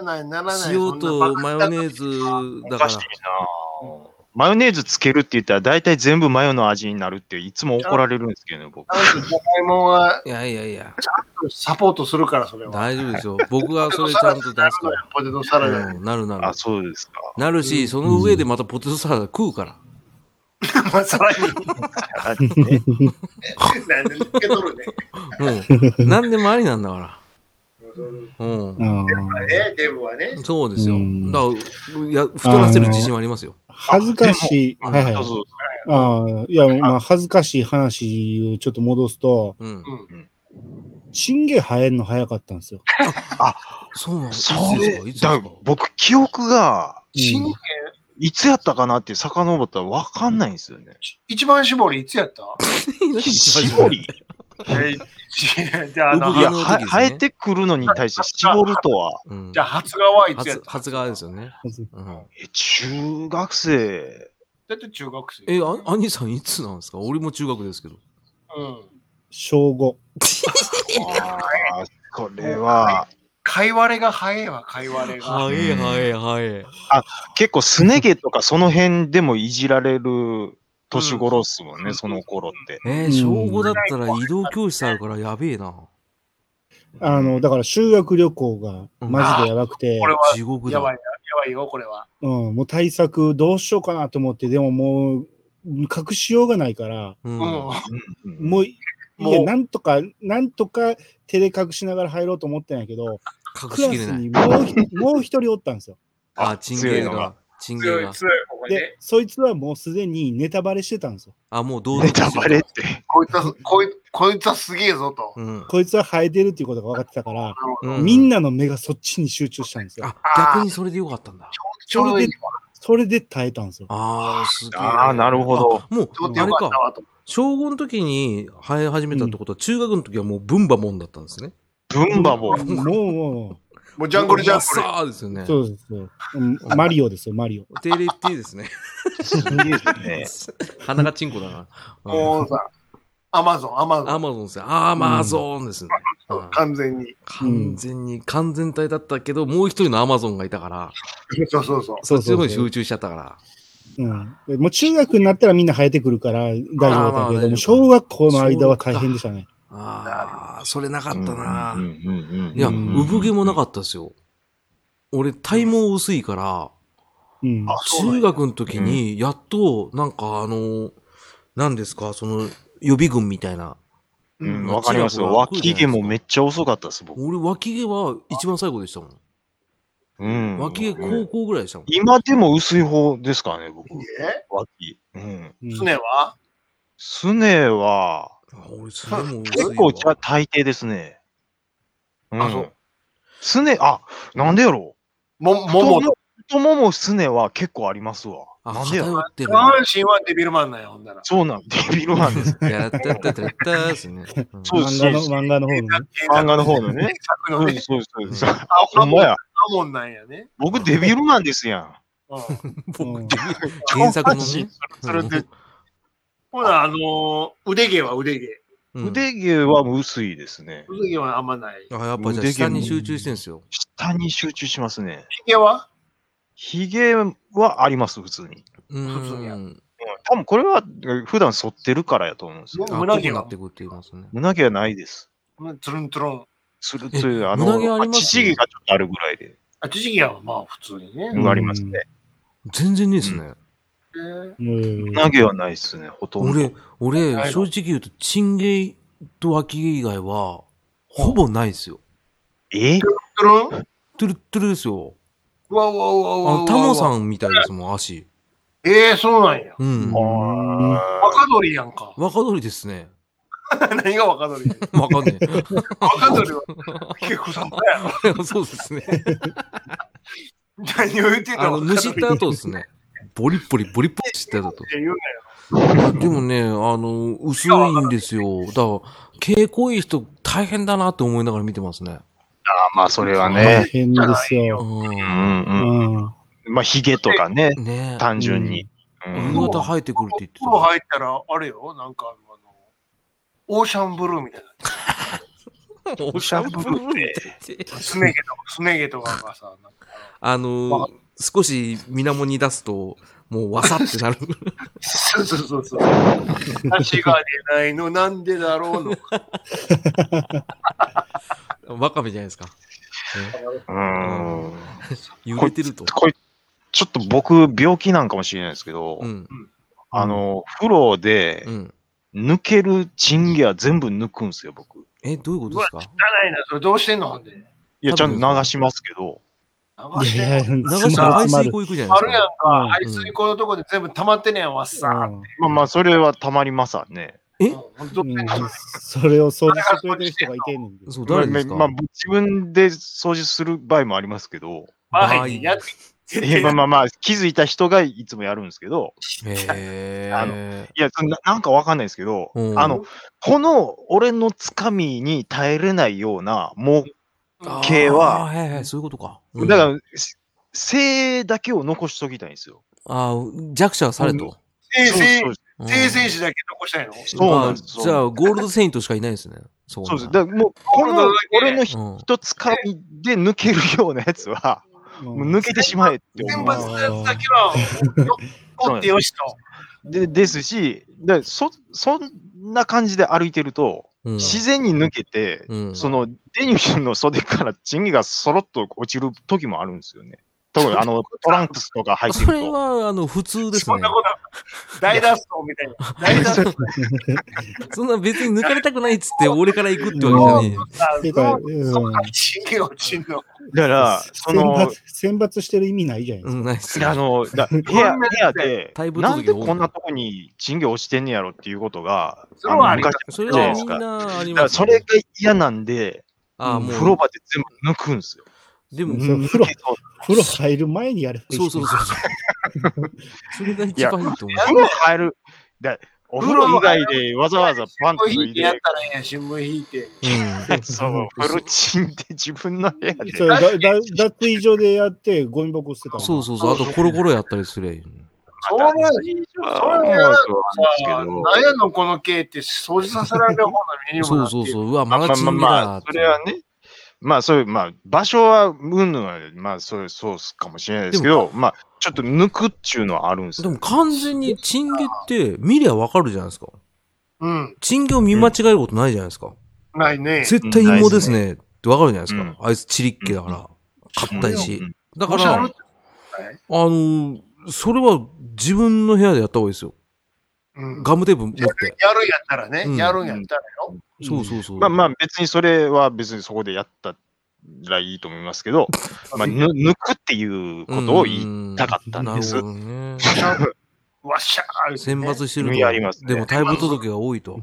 A: らない、ならない。
B: 塩とマヨネ
A: ズ。
B: ーズだ
D: おか
B: か
D: しい
B: ら
D: な。マヨネーズつけるって言ったら大体全部マヨの味になるっていつも怒られるんですけどね、僕。
A: なんとジャガイモは。
B: いやいやいや、
A: サポートするから、それは。
B: 大丈夫ですよ。僕がそれちゃんと出すか
A: ポテトサラダ
B: ら。
A: *laughs* や。
B: うん、なるな
D: あ、
B: る。
D: そうですか。
B: なるし、その上でまたポテトサラダ食うから。
A: まあ、さらに。なんでつけとるね。
D: *laughs*
B: うん。何でもありなんだから。うん。
A: ね、デブはね。
B: そうですよ
C: う。ん
B: だから、いや、太らせる自信はありますよ。
C: 恥ずかしい。
D: あ
C: はいはい
D: そう。そう
C: ああ、いや、まあ、恥ずかしい話をちょっと戻すと、
B: うん。
C: チンゲ生えんの早かったんですよ。
B: そうなんです
D: そう
B: いつですか
D: だ
B: *laughs* いつですか
D: 僕、記憶が、
A: 神経、
D: いつやったかなって遡ったら分かんないんですよね。
A: 一番絞りいつやった
B: 何
D: 絞り
A: えじゃあ、あの
B: う
D: い
B: ぶ、
D: や、
B: あの時
D: は
B: ですね
D: 生えてくるのに対して絞るとは、
B: うん
A: じゃあ、初顔はいつやっ
B: 初、
A: た
B: 初側ですよね。うん。
D: え中学生、
A: だって中学生。
B: え、
A: う
B: あ、兄さんいつなんですか俺も中学ですけど。
A: ん。
C: 小5。
D: あーこれは、
A: 会話れが早いわ、会話れが。
B: はいはいはい。
D: 結構すね毛とかその辺でもいじられる年頃っすもん
A: う
D: ね、
A: ん
D: その頃って。
B: え
C: う
B: ー、
C: ん
B: 小5だったら移動教室あるからやべえな。
C: あの、だから修学旅行がマジでやばくて
A: こ、れは
B: 地獄
A: や
B: だ
A: ばい。な、やばいよ、これは。
C: うん、もう対策どうしようかなと思って、でももう、隠しようがないから、
B: う。
A: うんん。
D: うん
C: もう、い
A: もう
C: や、なんとか、なんとか手で隠しながら入ろうと思ってんやけど、
B: 隠
C: ク
B: し
C: ラ
B: き
C: ス
B: れない。
C: にもうひ *laughs* もう一人おったんですよ。
B: あ、チンゲ
D: 強い
B: ー
D: の
B: が
D: が。
B: チンゲ
A: 強
B: ー
A: い、
B: が。
A: 強い、ここね
C: で。、そいつはもうすでにネタバレしてたんですよ。
B: あ、もうどう
D: ネタバレって。
A: こいつは、こいこいつはすげえぞと。
B: うん。
C: こいつは生えてるっていうことが分かってたから、
B: う
C: みんなの目がそっちに集中したんですよ。
B: あ、逆にそれでよかったんだ。
A: ちょうどいい。
C: それで耐えたんですよ。
B: ああ、すげえ。
D: ああ、なるほど。
B: あ。もう
A: ちょっ、と
B: あ
A: よ
B: れ
A: かった
B: か。
A: わと。
B: 小5の時に生え始めたってことは、中学の時はもうブンバモンだったんですね。
D: ブンバも。
C: もう、も
A: もうジャングルジャングル。
B: さあですよね
C: う、。そうですそううんマリオですよ、マリオ。
B: テレティですね。
D: すげえですね。
B: 鼻がチンコだな。
A: もうさ、アマゾン、アマゾ
B: アマゾンですね。アマゾンですね。う
A: ン。
B: ん
A: 完全に。
B: 完全に、完全体だったけど、もう一人のアマゾンがいたから、
A: そうそうそう。
B: そっちの方に
C: そうそうそう
B: 集中しちゃったから。
C: うん、でもう中学になったらみんな生えてくるから大丈夫だったけ
B: あーまあ大丈
C: ど、
B: 夫
C: も小学校の間は大変でしたね。
B: ああ、それなかった
D: うん
B: な。
D: うんうんうん
B: いや、産毛もな
D: っ
B: かったですよ。俺、体毛薄いから、
C: うん。
A: あ、そ
B: 中
A: うなんや
B: 学の時に、やっと、なんかあの、何ですか、その、予備軍みたいな。
D: た。
A: う
D: う
A: ん
D: んわかりますよ。脇毛もめっちゃ遅かったです、僕。
B: 俺、脇毛は一番最後でしたもん。
D: うん。
B: 脇毛高校ぐらいでしたもん。
D: 今でも薄い方ですからね、僕。
A: え
D: 脇。うん。
C: うん
A: 常は
D: すねは、
B: あ俺、それも薄いわ
D: 結構じゃ大抵ですね。うん
A: あそう。
D: すね、あ、なんでやろ
A: も、も
D: 太も
A: も
D: も、太ももすねは結構ありますわ。
B: あ、
D: なんでよ
B: 偏ってる
A: 下。半身はデビルマンなんや、ほんなら。
D: そうなんデビルマ
B: *laughs*
D: ンです。
B: やったったったったですね。うん
D: そうです
C: 漫画の、漫画の方のね。
D: 漫画の方
A: 作の
D: のね。そうで
A: ね
D: す、、そうです。
B: うん
D: あ、ほんまや。
A: アモンなんやね。
D: 僕デビルマンですやん。
A: うん
C: う
B: 僕
C: ん、
B: *laughs* 原作の
D: 上
B: ね。
D: 半身ツルツルで
A: ほな、あのー腕毛は腕毛。
B: うん
D: 腕毛は薄いですね。
A: 腕毛はあんまない。
B: あ、やっぱじゃあ下に集中してんすよ。
D: 下に集中しますね。
A: ひげは
D: ヒゲはあります、普通に。うん
B: う
A: 普通や
B: ん。
D: 多分これはうん普段剃ってるからやと思うんですよ。
B: あ
A: 胸
B: 濃
A: 毛
B: くな
A: は
B: ってくるって言いますね。
D: 胸毛はないです。
A: うんつるんつるん。
D: つるつる、あ
B: 胸毛あ
D: の、
B: ります
D: 乳毛がちょっとあるぐらいで、
A: あ、知識はまあ普通にね。
D: うんありますね。
B: 全然ねえっすね。
A: えー
C: うん。
D: 胸毛はないですね、ほとんど。
B: 俺、
A: な
B: 俺、
A: いの
B: 正直言うと、チンゲイと脇毛以外は、ほぼないっすよ。
D: え
A: つるん
B: トゥルットゥルですよ。
A: うわうわうわう
B: あ
A: わうわ。
B: の、タモさんみたいですもん、足。
A: ええそうなんや。
B: うん。。
D: あ
A: 若鳥やんか
B: 若鳥ですね。 *laughs*
A: 何が若鳥やねん
B: わかんね
A: *laughs* 若鳥は結構さんやろ。
B: え。 *laughs* そうですね。
A: 何を言ってん
B: あ
A: の
B: の、むしった後ですね。ボリッボリ、ボリッボリした後と
A: っ。て言うなよ。
B: でもね、あの、薄いんですよ。だから、毛濃い人大変だなって思いながら見てますね。
D: あまあ、それは
C: 大
D: ね。
C: 変ですよ。
B: う。
D: うんん
C: うん。
D: うん。まあ、ヒゲとかね、
B: ねえ。
D: 単純に。う
B: 夕
D: ん
B: 方生えてくるって言って
A: お風呂
B: た。
A: 入ったら、あれよ、なんかあの、あのオーシャンブルーみたいな。
B: おしゃぶって。
A: スネ毛とか、スネ毛とかがさ、なんか
B: *laughs* あの、少し水面に出すと、もうわさってなる。 *laughs*
A: そうそうそうそう。足が出ないの、なんでだろうの。
B: わかめじゃないですか。
D: うん
B: 揺れてると。
D: これ、ちょっと僕、病気なんかもしれないですけど
B: う、ん。
D: あの、風呂で
B: うん。
D: 抜けるチンゲは全部抜くんですよ、僕。
B: え、どういうことですか
A: 汚いな、それどうしてんのほんで。
D: いや、ちゃ
B: 多分
D: んと流しますけど、
A: 流
C: い
A: してん
C: や
A: の
C: いや、詰ま
B: 流
C: る
B: し
C: 詰
B: た排
C: まる
B: 水。口行くじゃな
A: あ
B: い
A: る
B: です
A: やん
B: か。
A: か、排水口のとこで全部溜まってねえやん、わっさ。
D: まあまあ、それはたまりますわね。
B: うん
A: もうどう
C: うん
A: して
C: うんん
A: の
C: それを掃除してくれてる人がいてんねんで。
B: そう、
D: まあ
B: 誰で
D: ます
B: か
D: あ、自分で掃除する場合もありますけど、
A: 前にやっ
D: いやまあまあまあ、気づいた人がいつもやるんですけど、
B: へ
D: あ
B: え。
D: いや、そんななんかわかんないですけど、
B: うん
D: あの、この俺のつかみに耐えれないような、も
A: あー
D: 系は
B: あーはいはい、そういうことか。う
D: う、
B: ん
D: だから、性だけを残しときたいんですよ。
B: ああ、弱者はされと。
A: 生成
D: そうそう
A: 生戦
B: 士。
A: 士だけ残したいの
D: そうなんです
B: まあじゃあ、ゴールドセイントしかいないですね。そう
D: そうです。
B: だ。
D: だからもう、この俺の
B: う
D: ひ
B: ん。
D: とつかみで抜けるようなやつは、もう抜けてしまえって
A: 選
D: 思う
A: 抜のやつだけは、おってよしと。
D: でですし、でそそんな感じで歩いてると、
B: うん
D: 自然に抜けて、
B: うん。
D: そのデニムの袖からチンギがそろっと落ちる時もあるんですよね。特にあのトランクスとか入ってる
B: それ
D: と。
B: は、あの、普通です
A: そん
B: ね
A: な。ことは、大脱走みたいな。大脱走
B: そんな別に抜かれたくないっつって、俺から行くってわけじゃね
A: さ、
C: てか、うん
A: そんな神経落ちんの。
D: だから、そ
C: 選
D: の
C: 抜、選抜してる意味ないじゃない
B: え。
C: で
B: う
C: すか。
B: ん、ないっす
D: い
B: ね。
D: やあの、だ部屋、部屋で
B: タイ、プ
D: な
B: 続
D: ん
B: きが
D: で
B: 多い
D: こんなとこにチンギ落ちてんねやろっていうことが、
A: それはあ
D: の
A: り
D: 昔
B: それ
D: じゃない
B: は
D: で
B: み
D: す
B: ん
D: か。だ
B: なあり
D: か
B: ま
D: ら
B: す、
D: それが嫌なんで、
B: ああ、もう。
D: 風呂場で全部抜くんですよ。
B: で
C: う
B: も、
C: ん
B: うん
C: 風呂、風呂入る前にやる。
B: そうそうそう。そう。
D: *laughs*
B: それが一番いいと思う。
D: 風呂入る。だお風呂以外でわざわざパンツ
A: 引
D: 脱
A: い
D: い
A: てやっ
D: で、
A: たらええやん、新聞引いて。
B: うん。
D: そう、フルチンで自分の部屋で。
C: そうだだ脱衣所でやって、ゴミ箱捨てたの
B: そうそうそう。あと、コロコロやったりすりゃいいのに。
A: そうなんや、そうなんや。
D: そうなんです
A: 何やのこの系って掃除させられる方なのにも
B: そ
A: な
B: う
A: って。
B: そうそうう。うわ、
D: まあ
B: ま
D: ま
B: だ
D: あ
B: チン
D: まあ
B: ゲだ
D: まあ、それはね、まあそういう、まあ場所は、うんぬんは、まあそうそうっすかもしれないですけど、まあちょっと抜くっちゅうのはあるんです
B: で
D: よ。
B: も完全にチンゲって見りゃわかるじゃないですか。
A: うん、
B: チンゲを見間違えることないじゃないですか。
A: ないね。
B: 絶対陰謀ですねってわかるじゃないですか。
D: うん
B: あいつチリッケだから。
D: うん
B: 硬いし。だか
A: もしあ
B: ら
A: る、はい
B: あのーそれは自分の部屋でやった方がいいですよ。
A: うん
B: ガムテープ持って。
A: やるんやったらね、
B: うん
A: やるんやったらよ。
B: そうそうそう。
D: まあまあ別にそれは別にそこでやったらいいと思いますけ *laughs* ど、まあぬ抜くっていうことを言い
B: い
D: たかったんです
B: なる。ほどね。
A: わっしゃー言うて
B: 選
A: ね
B: 抜してる
D: 意味あります
B: と。
D: ね
B: でも、退部届が多いと。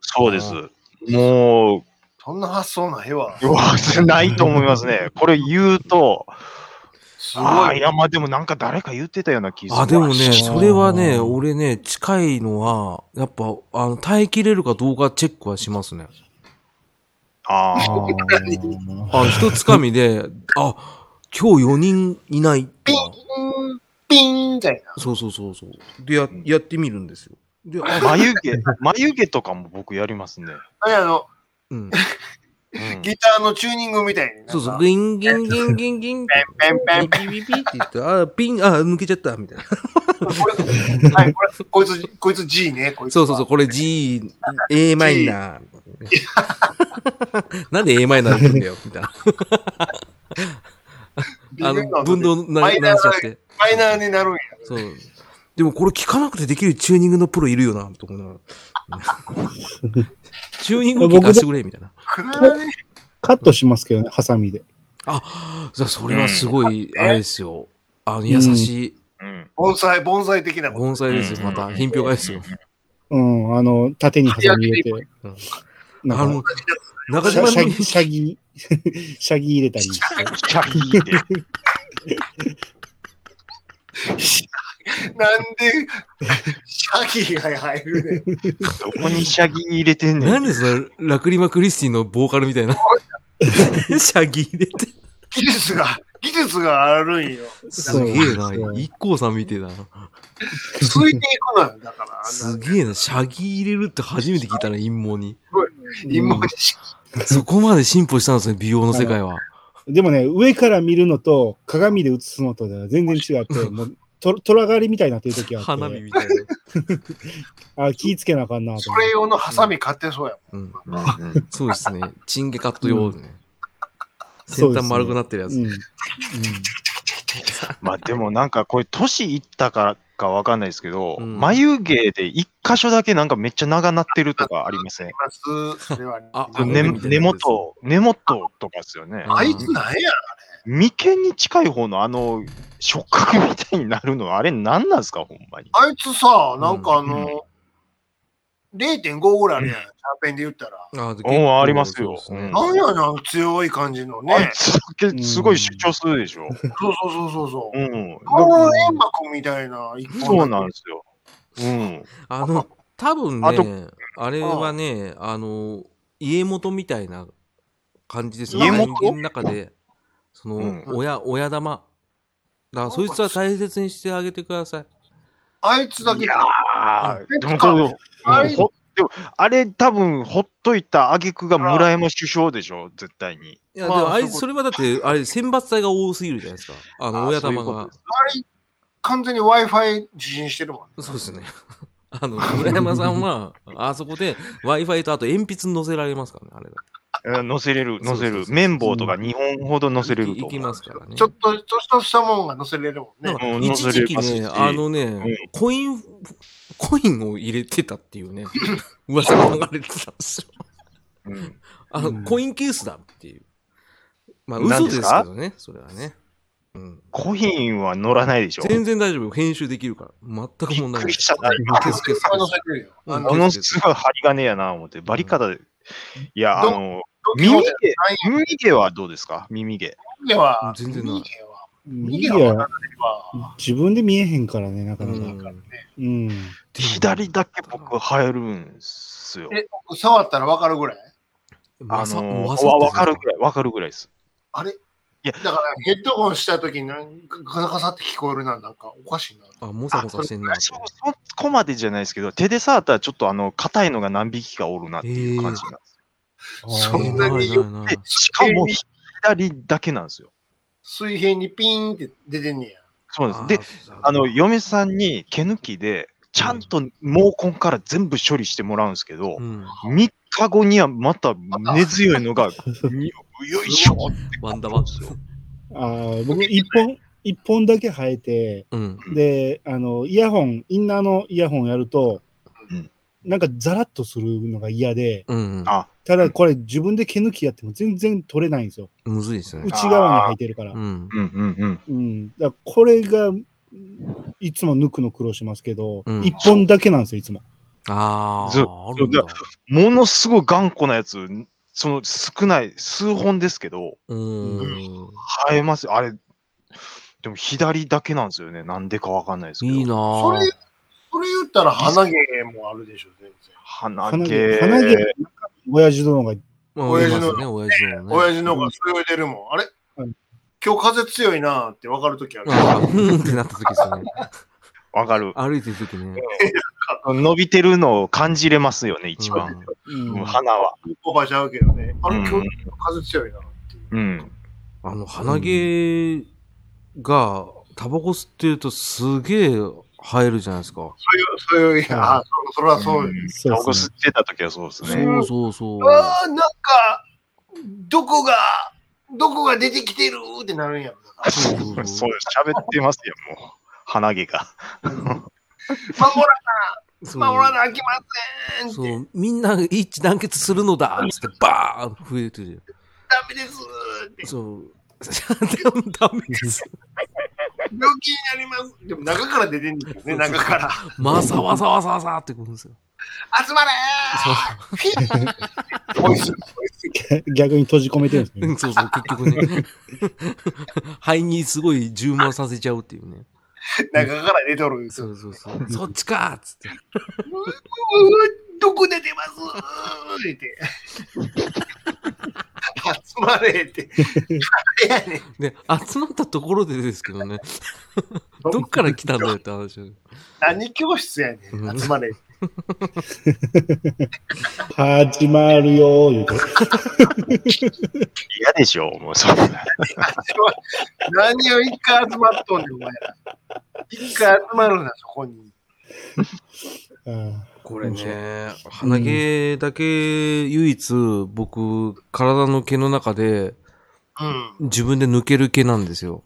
D: そうです
B: あ。
D: もう、
A: そんな発想ない
B: *laughs*
A: わ。
D: うわ、ないと思いますね。これ言うと、
A: す
D: あ
A: ご
D: あ、
A: い。
D: いや、まあでもなんか誰か言ってたような気がする。
B: あ、でもね、
D: し
B: それはね、
C: あー
B: 俺ね、近いのは、やっぱ、あの、耐えきれるかどうかチェックはしますね。
D: あ
C: あ
D: あ、
C: ー
A: *laughs*
B: あの、一つかみで、あ、今日4人いない。
A: ピン、ピンみたいな。
B: そうそうそうそう。で、や、やってみるんですよ。で、あ、
D: 眉毛、眉毛とかも僕やりますね。
A: あれあの、
B: うん。
D: うん
A: ギターのチューニングみたいに。
B: そう
A: *laughs*
B: そう、
A: ペン
B: ギンギンギンギンギン。
A: ペンペンペ
B: ピピピピって言って、あ、ピン、あ、抜けちゃった、みたいな。
A: ン。これ、はい、これ、こいつ、こいつ G ね、こいつ。
B: そうそうそう、。これ G、A マイナー。 *laughs* なんで A マイナー行くんだよ、みたい
A: *laughs*
B: な。あの、分動な
A: マイナー
B: なしちゃって。
A: マイナーになるんや。
B: そう。でもこれ聞かなくてできるチューニングのプロいるよな、と思い *laughs* ながらチューニング機貸してくれ、みたいな。
A: くだらね
C: カットしますけどね、ハサミで。
B: あ、じゃあそれはすごい、あれですよ。あの、優しい、
D: うん。
A: 盆栽、盆栽的なこと。
B: 盆栽ですよ、また。品評会ですよ。
C: うん、あの、縦にハサミ入れて。
B: んあ
C: なんか
B: の、中
C: シャ
B: 島
C: シャ
B: み
C: ギ、シャギ、シャギ入れたり。
D: シャギーで。
A: なんで、シャギが入るねん。
D: どこにシャギー入れてんね
B: なん
D: ん。
B: でその、ラクリマ・クリスティのボーカルみた *laughs* いな。シャギ入れて。
A: 技術が、技術があるんよ。
B: すげえな。一光さん見てたな。
A: ついていくのよ、だから。あん
B: す
A: な
B: げえな。シャギ入れるって初めて聞いたな、陰謀 *laughs* に。
A: 今まで
B: そこまで進歩したんですね、美容の世界は。
C: でもね、上から見るのと、鏡で映すのとでは全然違って、もう、と虎狩りみたいになってる時はあっ
B: 花火
C: て、
B: みたいな。
C: あ、気ぃつけなあかんなと
A: そ
C: 思っ
A: れ
C: て。
A: 用のハサミ買ってそうや
B: うん。
D: うんうん
B: そうですね。チンゲカット用ね。
C: そうですね
B: 先端丸くなってるやつ。
C: うん。うん
D: まあでもなんかこれ年いったからかわかんないですけど、
B: うん
D: 眉毛で一箇所だけなんかめっちゃ長なってるとかありません
A: もん。ます。それはね
B: あ
D: 根
B: みたいなやつ
D: 根元、根元とかですよね。
A: あいつなんや
D: 眉間に近い方のあの触覚みたいになるの、あれ何なんですか、ほんまに。
A: あいつさ、なんかあ
D: うん
A: の、0.5ぐらいあるやん、シャーペンで言ったら。
B: あーで
D: お
B: 結
D: ー
B: 構
D: ありますよ
B: そうですね
D: うん
A: なんやな、強い感じの
D: あい
A: ね。
D: つだけすごい主張するでしょ。
A: そうそうそうそうそうう。
D: ん。
A: 顔煙幕みたいな、一
D: そうなん
A: ん
D: ですよ。うん。
B: あの、多分
D: あと
B: ね、あれはね、あの、家元みたいな感じですよ。
A: 家
D: 元
B: 人間の中で、その、
D: うん
B: 親、親玉。だから、そいつは大切にしてあげてください。
A: あいつだけ、
D: あ
A: うん
D: ーでもこの、
A: あ
D: うんほでもあれ多分ほっといた挙句が村山首相でしょ、絶対に。
B: いや、で
A: まあ
B: もあい
A: そ
B: つ、
A: こ
B: それはだって、あれ、選抜隊が多すぎるじゃないですか。あの、
D: あー
B: 親
D: そういう
B: 玉
D: こと
B: が
D: で。す
A: 完全に Wi-Fi 受信してるもん。
B: そうですね。 *laughs* あの、村山さんは、あそこで Wi-Fi とあと鉛筆乗せられますからね、あれだ。
D: うん載せれる、載
B: そうそ
D: せ
B: う
D: る。
B: そう
D: 綿棒とか2本ほど載せれる
B: い
D: と
B: いき
D: 思う。
B: ますからね。
A: ちょっと、ちょっとしたもんが載せれるもん
B: なん
A: ね。
B: か
D: うん
B: 一時期
D: 乗せれ
B: ね、
D: ますし
B: あのね、コイン、コインを入れてたっていうね、 *laughs* 噂が流れてたんですよ。
D: うん
B: あの、
C: うん
B: コインケースだっていう。まあ、
D: 何
B: 嘘
D: で
B: です
D: す
B: け
D: か
B: どね、それはね。うん。
D: コインは乗らないでしょ。
B: 全然大丈夫。編集できるから。全く問
D: び
B: 題
D: っく
B: ない
D: り。したな今
B: 消す消す
A: それ
B: 消
A: は
B: す
A: 載。せれるよ。あの
B: う
D: も
B: ん
D: のすごい針金やな思って、バリカタで。いや、あ
A: ど
D: の、
A: ドキ
D: 耳
A: ホー
D: 毛
A: テ、
D: 耳毛はどうですか耳毛。
A: 耳毛は、
B: 全然ない
A: 耳毛は、
C: 右
A: 耳毛は
C: は、
A: は、
C: 自分で見えへんからね、なか
B: う
C: なか。
B: ん
C: うん。
D: 左だけ僕生えるんすよ。
A: え、触ったらわかるぐらい
D: あ
B: わさ
D: の、
B: わさ
D: わわかるぐらい、わかるぐらいです。
A: あれい
D: や
A: や、だからヘッドホンしたときになんかガサガサって聞こえるな、なんかおかしいな。
B: あ、もさもさしてんな。
D: そうそこまでじゃないですけど、手で触ったらちょっとあの、硬いのが何匹かおるなっていう感じなんです。
A: そん
B: な
A: ない
B: ない
A: に
B: な
D: でしかも左だけなんですよ。
A: 水平にピーンって出てんねや。
D: そうなんです。で、、あの、嫁さんに毛抜きで、ちゃんと毛根から全部処理してもらうんですけど
B: う、ん、
D: 3日後にはまた根強いの *laughs* が、によいしょって
B: ワンダワン。
C: あー僕、一本、一本だけ生えて、
B: うん。
C: で、あの、イヤホン、インナーのイヤホンやると
D: うん、
C: なんかザラッとするのが嫌で、
B: うん。
D: あ
C: ただこれ自分で毛抜きやっても全然取れないんですよ。
B: むずいですね。
C: 内側に生えてるから
B: う。ん。
D: うんうんうん。
C: うん。だからこれが、いつも抜くの苦労しますけど、
B: うん
C: 一本だけなんですよ、いつも。
B: あ
D: ず
B: あ、あるんだ
D: ず。ものすごい頑固なやつ、その少ない、数本ですけど、
B: うん。
D: 生えます。あれ、でも左だけなんですよね。なんでかわかんないですけど。
B: いいな
A: それ
B: ぁ。、
A: それ言ったら鼻毛もあるでしょ、全然。
D: 鼻
C: 鼻毛、
D: 毛。
C: 鼻毛、親父殿が、
B: まあ、
A: 親父
B: いま
A: の
B: すね、親父のね。
A: 親父の方がそれ出るもん。あれ
C: うん
A: 今日風強いなーって分かるときある。
B: ああ、うん *laughs* ってなった時ですよね。
D: わかる。
B: 歩いてる時ね。
D: 伸びてるのを感じれますよね、一番。
C: うん
D: うん鼻は。
A: オーバーしちゃうけどね。あれ、
D: うん
A: 今日風強いなっていう。
D: うん。
B: あの、鼻毛が、タバコ吸ってるとすげえ生えるじゃないですか。
A: そういう、そういう、あ、そそれはそう。
D: ん
C: そうですね
D: タバコ吸ってた時はそうですね。
B: そうそうそう。
A: あーなんか、どこが、どこが出てきてるってなるんやろな。
B: そうそうそう
D: *laughs* そう、喋ってますよ、もう。鼻毛が。
A: 守ら
B: そう
A: 守らなあきませんって、
B: そう、みんな一致団結するのだっつってバーン増えてる。
A: ダメですって、
B: そう。 *laughs* でもダメです。
A: 病気になります。でも中から出てんですよね、中から。
B: まさわさわさわさってくるんですよ。
A: 集まれーフィッボイス
C: *laughs* 逆に閉じ込めてるんです
B: う
C: ね。
B: んそうそう、結局ね。肺にすごい充満させちゃうっていうね。
A: 中から出とる。う
B: そううそうそう。そっちかーっつって。
A: うどこで出ますーって。集まれって。誰やねん
B: で、集まったところでですけ *laughs* どね。どっから来たんだよって話を。
A: 何教室やねん。集まれ。
C: 始まるよー、言うて。
D: 嫌でしょ、もう。そう
A: 何を一回集まっとんねん、お前ら。一回集まるな、そこに。
C: あ
B: これね、鼻毛だけ唯一僕、体の毛の中で
A: うん。
B: 自分で抜ける毛なんですよ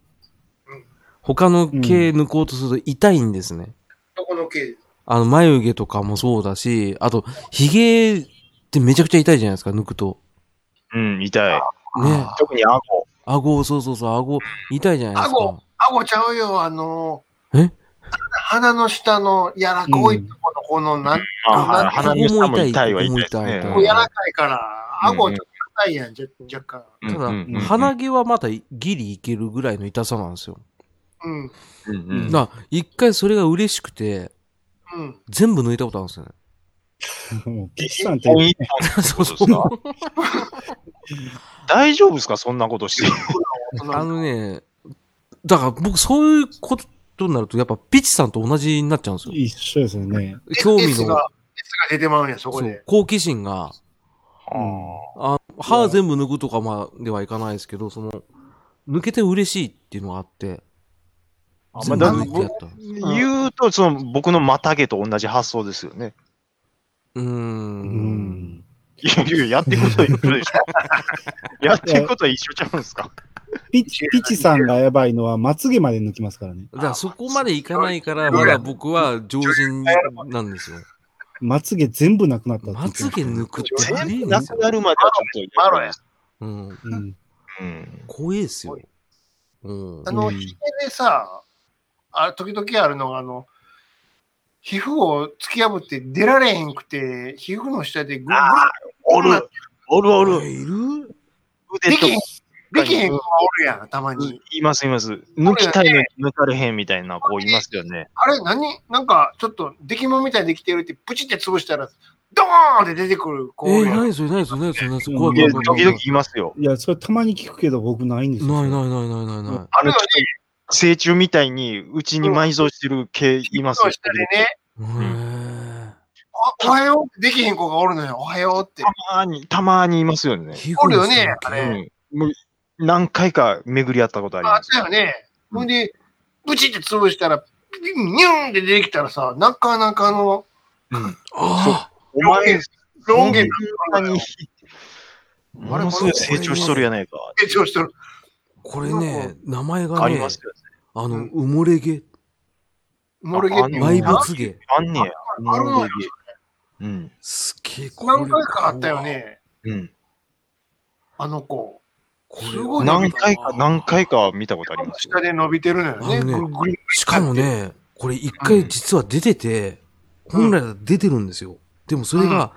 A: うん。
B: 他の毛抜こうとすると痛いんですね。
A: どこの系
B: あの、眉毛とかもそうだし、あと、髭ってめちゃくちゃ痛いじゃないですか、抜くと。
D: うん、痛い。
B: ね。
D: 特に顎。
B: 顎、そうそうそう、顎、痛いじゃないですか
A: 顎。顎ちゃうよ、あの
B: え
A: 鼻の下の柔らかいとこの、この、なん
D: あ
A: あ
D: 鼻の下も痛いは痛いですね。
B: ここ
A: も
B: も痛い
A: 柔らかいから、顎ちょっと硬いやん、じゃ若
D: うん
B: ただ、
D: うんうん
B: 鼻毛はまたギリいけるぐらいの痛さなんですよ。
A: 干。うん。
D: うんうん
B: だから一回それが嬉しくて、
A: うん。
B: 全部抜いたことあるんですよね。
C: あ、もう、ピッさんっ
D: 一本
C: て、
D: 一本って
B: そ
D: こ
B: う
D: と
B: そ
D: で
B: う
D: すか大丈夫ですかそんなことして。
B: あのね、だから僕そういうことになると、やっぱピチさんと同じになっちゃうんですよ。
C: 一緒ですよね。
B: 興
A: S
B: 味の
A: が、S が出てまうんや、そこ
B: そ
A: で
B: う。好奇心が、あ歯全部抜くとかまではいかないですけど、その、抜けて嬉しいっていうのがあって、
D: あま
B: 全部
D: あだ
B: 抜いてやった。う
D: 言うと、その僕のまた毛と同じ発想ですよね。
B: ー。
C: うんん。
D: いやいややってることは一緒でし *laughs* ょ。やってることは一緒ちゃうんですか
C: ピチ、ピチさんがやばいのは、まつげまで抜きますからね。
B: だからそこまでいかないから、まだ僕は常人なんですよ。
C: まつげ全部なくなったって言
B: ま
C: って
B: つ
C: ました
B: げ抜くってありえ
D: 全
B: ない
D: 部な
B: です
D: く
B: よ
D: なるまではちょっと。
A: マロや。
B: うん。
C: うん。
D: うん。
B: 怖いですよ。うん
A: あ。の、ひげでさ、あ時々あるのが、あの、皮膚を突き破って出られへんくて、皮膚の下でぐる
D: おる、おるおる。
B: いる
A: ぐる
D: 腕
A: でき
D: と
A: へん、できへん子がおるやん、たまに。
D: います、います。抜きたいのに抜かれへんみたいな子いますよね。
A: あれ、何なんか、ちょっと、出来物みたいにできてるって、プチって潰したら、ドーンって出てくる
B: え
A: 子おるや
B: ー、
A: ん。
B: 何それ何それ何それ何それ
C: うん
B: 怖い
D: いや
B: 怖い
D: 時
B: 怖い怖
D: 々
B: い。
D: いますよ。
C: いや、それたまに聞くけど、僕ないんですよ。
B: ないないないないないない。
A: あ
D: あ
A: るよ
D: の
A: ね、
D: 成虫みたいに、うちに埋蔵してる毛います
A: そ
D: よ
A: う。したりね、
B: へー
A: おおはよう、できへん子がおるのよ、おはようって。
D: たまに、たまにいますよね。
B: 皮膚
A: おる
B: の
A: よ
B: 下の、毛
A: ねあ
D: う
A: れ。
D: ん。もう何回か巡り合ったことあり
A: あ
D: ま
A: っ
D: す。
A: たよね。ほんで、プチって潰したら、ピピンニューンって出てきたらさ、なかなかの
B: あ
D: お前、
A: ロン毛に
D: そんなに、ものすごい成長しとるやないか。
A: 成長してる。
B: あ、これね、名前
D: あ
B: が
D: り
B: ね
D: ま、すよね。
B: あ
A: う
B: の、
A: ん
B: 埋もれ毛、
A: モルゲっていうの
D: ああん
B: 埋
D: ね
A: な
B: 没毛。
D: あんねや。
A: あるのよ。
D: うん。
B: すっげえ、これ。
A: 何回かあったよ。ね、
D: うん。
A: あの子。
B: これ
A: すごいな
D: 何回か、何回か見たことありますよ。
A: 下で伸びてるのよね。
B: あのね
A: ぐるぐる
B: しかもね、これ一回実は出てて、
A: うん
B: 本来は出てるんですよ。でもそれが、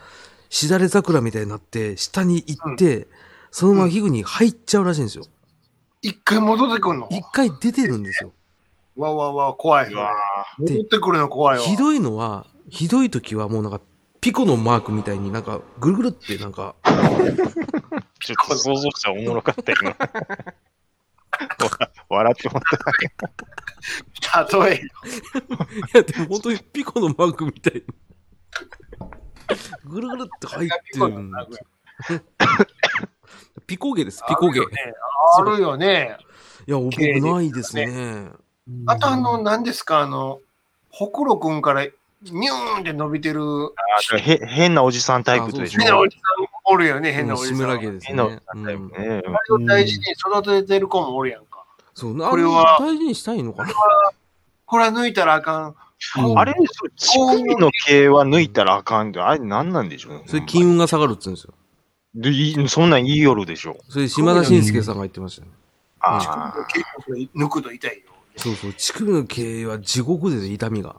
B: しだれ桜みたいになって、下に行って、そのまま皮膚に入っちゃうらしいんですよ。
A: 一回戻ってくるの。
B: 一回出てるんですよ。
A: わわわ、怖い。
D: うわ
A: わ
D: ー
A: 戻ってくるの怖いわ。
B: ひどいのは、ひどい時はもうなんか、ピコのマークみたいになんか、ぐるぐるってなんか、
D: ちょっと想像したらおもろかったよな。笑ってもらった。
A: 例え。
B: いや、でも本当にピコのマークみたいに。ぐるぐるって入ってるんだピコゲです、ピコゲ。い
A: あるよね。
B: や、僕ないですね。
A: あとあの、何ですか、あの、ほくろくんからニューンって伸びてる、
D: へ変なおじさんタイプとでし
A: 変な
D: ょ
A: お。じさんおるよね、変なお
B: うん
A: じ
B: シ
A: さん。
B: ムラゲです
D: 変なおじ
B: ね。
D: さんタイプ
B: うん
D: ね。
A: あれを大事に育ててる子もおるやんか。
B: そう、あ
A: こ
B: れ
A: れ
B: は
A: は
B: 大事にしたいのかな
A: これは抜いたらあかん。
C: うん
D: あれ、それ乳首の毛は抜いたらあかんって、あれ何なんでしょうね。
B: それ金運が下がるって言うんですよ。
D: でいいそんなん言いよるでしょ。
B: それ島田紳介さんが言ってましたね。
A: 乳首
D: あ
A: の毛を抜くと痛いよ。
B: そうそう、乳首の経営は地獄ですよ、痛みが。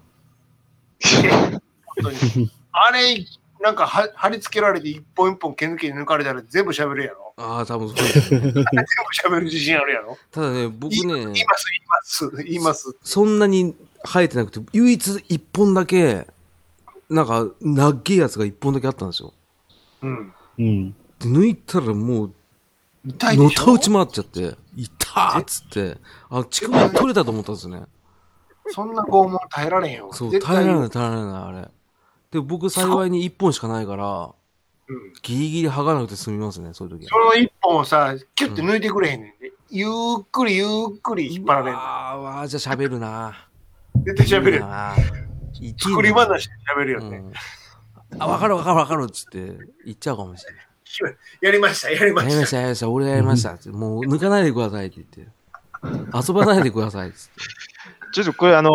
A: 本当
B: *laughs*
A: にあれ、なんかは貼り付けられて一本一本毛抜きで抜かれたら全部喋るやろ。
B: ああ、多分そうですね。
A: 全部喋る自信あるやろ。
B: ただね、僕
A: 言
B: ね
A: い、ます、言います、言います。
B: そんなに生えてなくて、唯一一本だけ、なんか、長いやつが一本だけあったんですよ。
A: うん。
C: うん。
B: で抜いたらもう、
A: 痛い
B: の
A: でしたょ
B: 打ち回っちゃって、痛ーっつって、あ、乳首が取れたと思ったんですよね。
A: そんな拷問耐えられへんよ。
B: そう、
A: 絶
B: 耐え
A: 対
B: られない、耐えられない、あれ。で、僕、幸いに一本しかないから、
A: うん
B: ギリギリ剥がなくて済みますね、そういう時
A: その一本をさ、キュッて抜いてくれへんねんで。ゆっくりゆっくり引っ張られんの。
B: ああ、わーじゃあ喋るな。
A: 絶対喋る
B: いい
A: よ。
B: な。
A: 作り
B: な
A: 話で喋るよね。
B: うんあ、わかるわかるわかるっつって言っちゃうかもしれない。
A: *laughs* やりました、やりま
B: やりま
A: し。
B: したた、やりました、俺がやりましたって。もう抜かないでくださいって言って。遊ばないでくださいっ
A: *laughs*
B: つって。
D: あ。ちょっとこれあの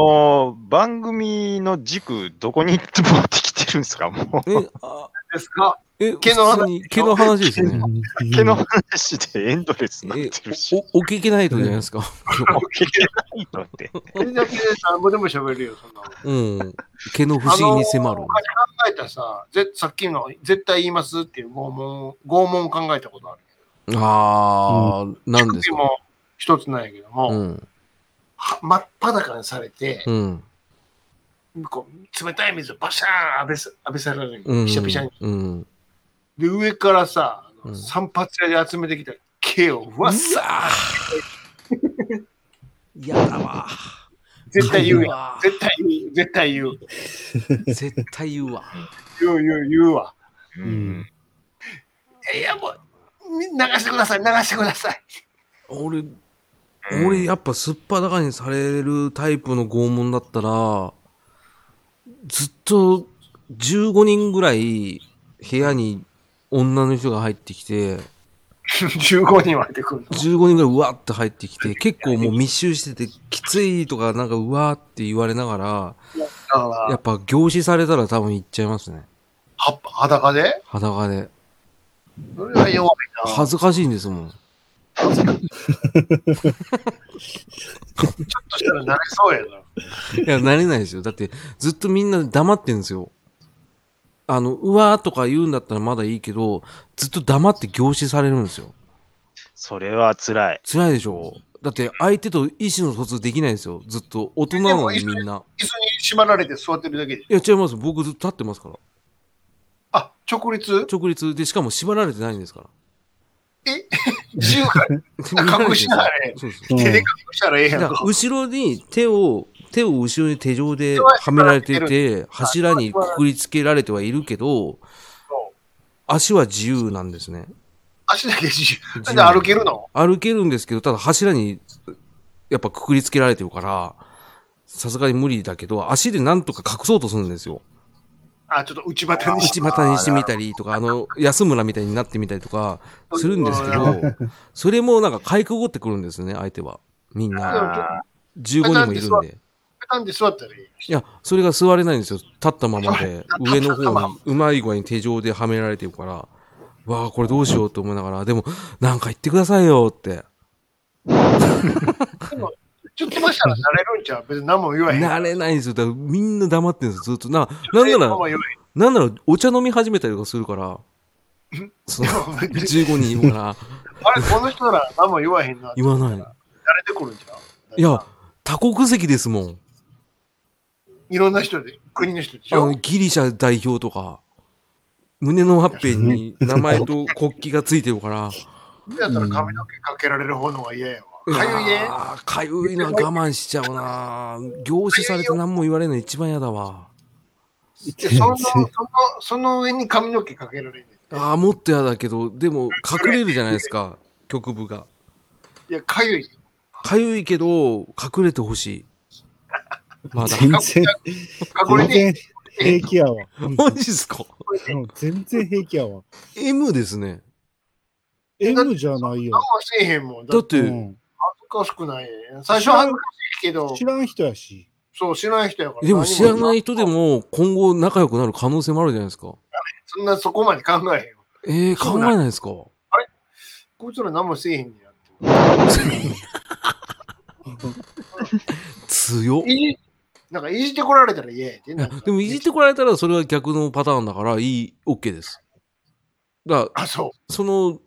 D: ー番組の軸、どこに持ってきてるんですかもう。
B: え、あ
A: ですか
B: え、
A: 毛の話
B: 普通に毛の話ですよね。
D: 毛の話でエンドレスになっ
B: え
D: てるし。、
A: *laughs*
B: お、お聞きないとじゃないですか。
D: 毛ないのって。
A: それだけで何ぼでも喋るよ、そんなの。
B: うん。毛の *laughs* 不思議に迫
A: あ
B: る
A: の。他に考えたさ、ぜさっきの絶対言いますっていう拷問、拷問を考えたことある。
B: あー、なんです
A: 時
B: か。
A: も一つなんやけども、
B: うん。
A: は真っ裸にされて、
B: うん。
A: こう冷たい水をバシャーン浴びせ浴びせられる
B: うん。
A: の。ピシャピシャに。
B: うん。
A: で、上からさ、あ
B: う
A: の
B: ん
A: 散髪屋で集めてきた毛を、うわっさ、
B: やだわ。
A: 絶対言うやん。
B: わ
A: 絶対言う、絶対言う。
B: 絶対言うわ。
A: 言う、言う、言うわ。
D: うんん。
A: いや、もう、み流してください、流してください。
B: 俺、俺やっぱすっぱだかにされるタイプの拷問だったら、ずっと15人ぐらい部屋に女の人が入ってきて、
A: *laughs* 15人割れてくるの。
B: 15人ぐらいうわって入ってきて、結構もう密集してて、きついとかなんかうわって言われなが、
A: だから
B: や
A: ら
B: っぱ凝視されたら多分行っちゃいますね。
A: は裸で
B: 裸で。
A: それは弱いな。
B: 恥ずかしいんですもん。
A: ちょっとしたら慣れそうやな。
B: いや、慣れないですよ。だって、ずっとみんな黙ってんですよ。あの、うわーとか言うんだったらまだいいけど、ずっと黙って凝視されるんですよ。
D: それは辛い。
B: 辛いでしょだって、相手と意思の疎通できないですよ。ずっと。大人なのにみんな。
A: 椅子に縛られて座ってるだけで。
B: いや、違います。僕ずっと立ってますから。
A: あ、直立
B: 直立で、しかも縛られてないんですから。
A: 自由から隠しながらね
B: そうです。
A: 手で隠したらええや
B: だ
A: ん
B: か。
A: から
B: 後ろに手を、手を後ろに手錠ではめられてて、柱にくくりつけられてはいるけど、足は自由なんですね。
A: 足だけ自由。
B: 自
A: な
B: 由
A: んで歩けるの
B: 歩けるんですけど、ただ柱にやっぱくくりつけられてるから、さすがに無理だけど、足でなんとか隠そうとするんですよ。
A: あ、ちょっと内股にして
B: 内股にしてみたりとか、あの、安村みたいになってみたりとかするんですけど、それもなんかかいくごってくるんですね、相手は。みんな。
D: あ
B: 15人もいるんで。
A: なんで座ったらいいやん
B: いや、それが座れないんですよ。立ったままで、上の方にうまい具合に手錠ではめられてるから、わあ、これどうしようと思いながら、でも、なんか言ってくださいよって。
A: ちょっとましたら慣れるんちゃう別に何も言わへん。
B: 慣れないんですよ。だからみんな黙ってるんですよ、ずっと。な、なんな
A: 何も
B: ら、
A: 言わへん *laughs*
B: なんならお茶飲み始めたりとかするから、その、15人いるから、
A: あれ、この人ら何も言わへんな。
B: 言わない。
A: 誰で来るんじゃう
B: い
A: い
B: や、、多国籍ですもん。
A: いろんな人で、国の人でし
B: あ
A: ょ
B: の、。ギリシャ代表とか、胸のワッペンに名前と国旗がついてるから、
A: だったら髪の毛かけられる方の方が嫌やわ。 *laughs* かゆいね。
B: あーかゆいな、我慢しちゃうな。凝視されて何も言われないの一番嫌だわ。*laughs*
A: でその、その、その上に髪の毛かけられる。
B: ああ、もっと嫌だけど、でも隠れるじゃないですか、局部が。
A: いや、かゆい。
B: かゆいけど、隠れてほしい。まだ。
C: 全然、
A: かこれ
C: 全
A: で、
C: 然平気やわ。
B: マジっすか
C: うん全然平気やわ。
B: ?M ですね。
C: M じゃない
A: 何
C: よ
A: も。せえへんもん。だ
B: だ
A: っ
B: ってて、
C: うん
A: 恥ずかしくない。最初は恥ずかしいけど
C: 知、らん人やし。
A: そう、知らない人やから。
B: でも知らない人で
A: 何も。
B: も今後仲良くなる可能性もあるじゃないですか。
A: そんなそこまで考えへんわ。
B: ええ考えないですか
A: こいつら何もせえへんねやって。
B: 強っ。
A: いじなんかいじってこられたら嫌やで。なんか
B: でもいじってこられたらそれは逆のパターンだからいい、OK です。だから、
A: あ、そう。
B: その、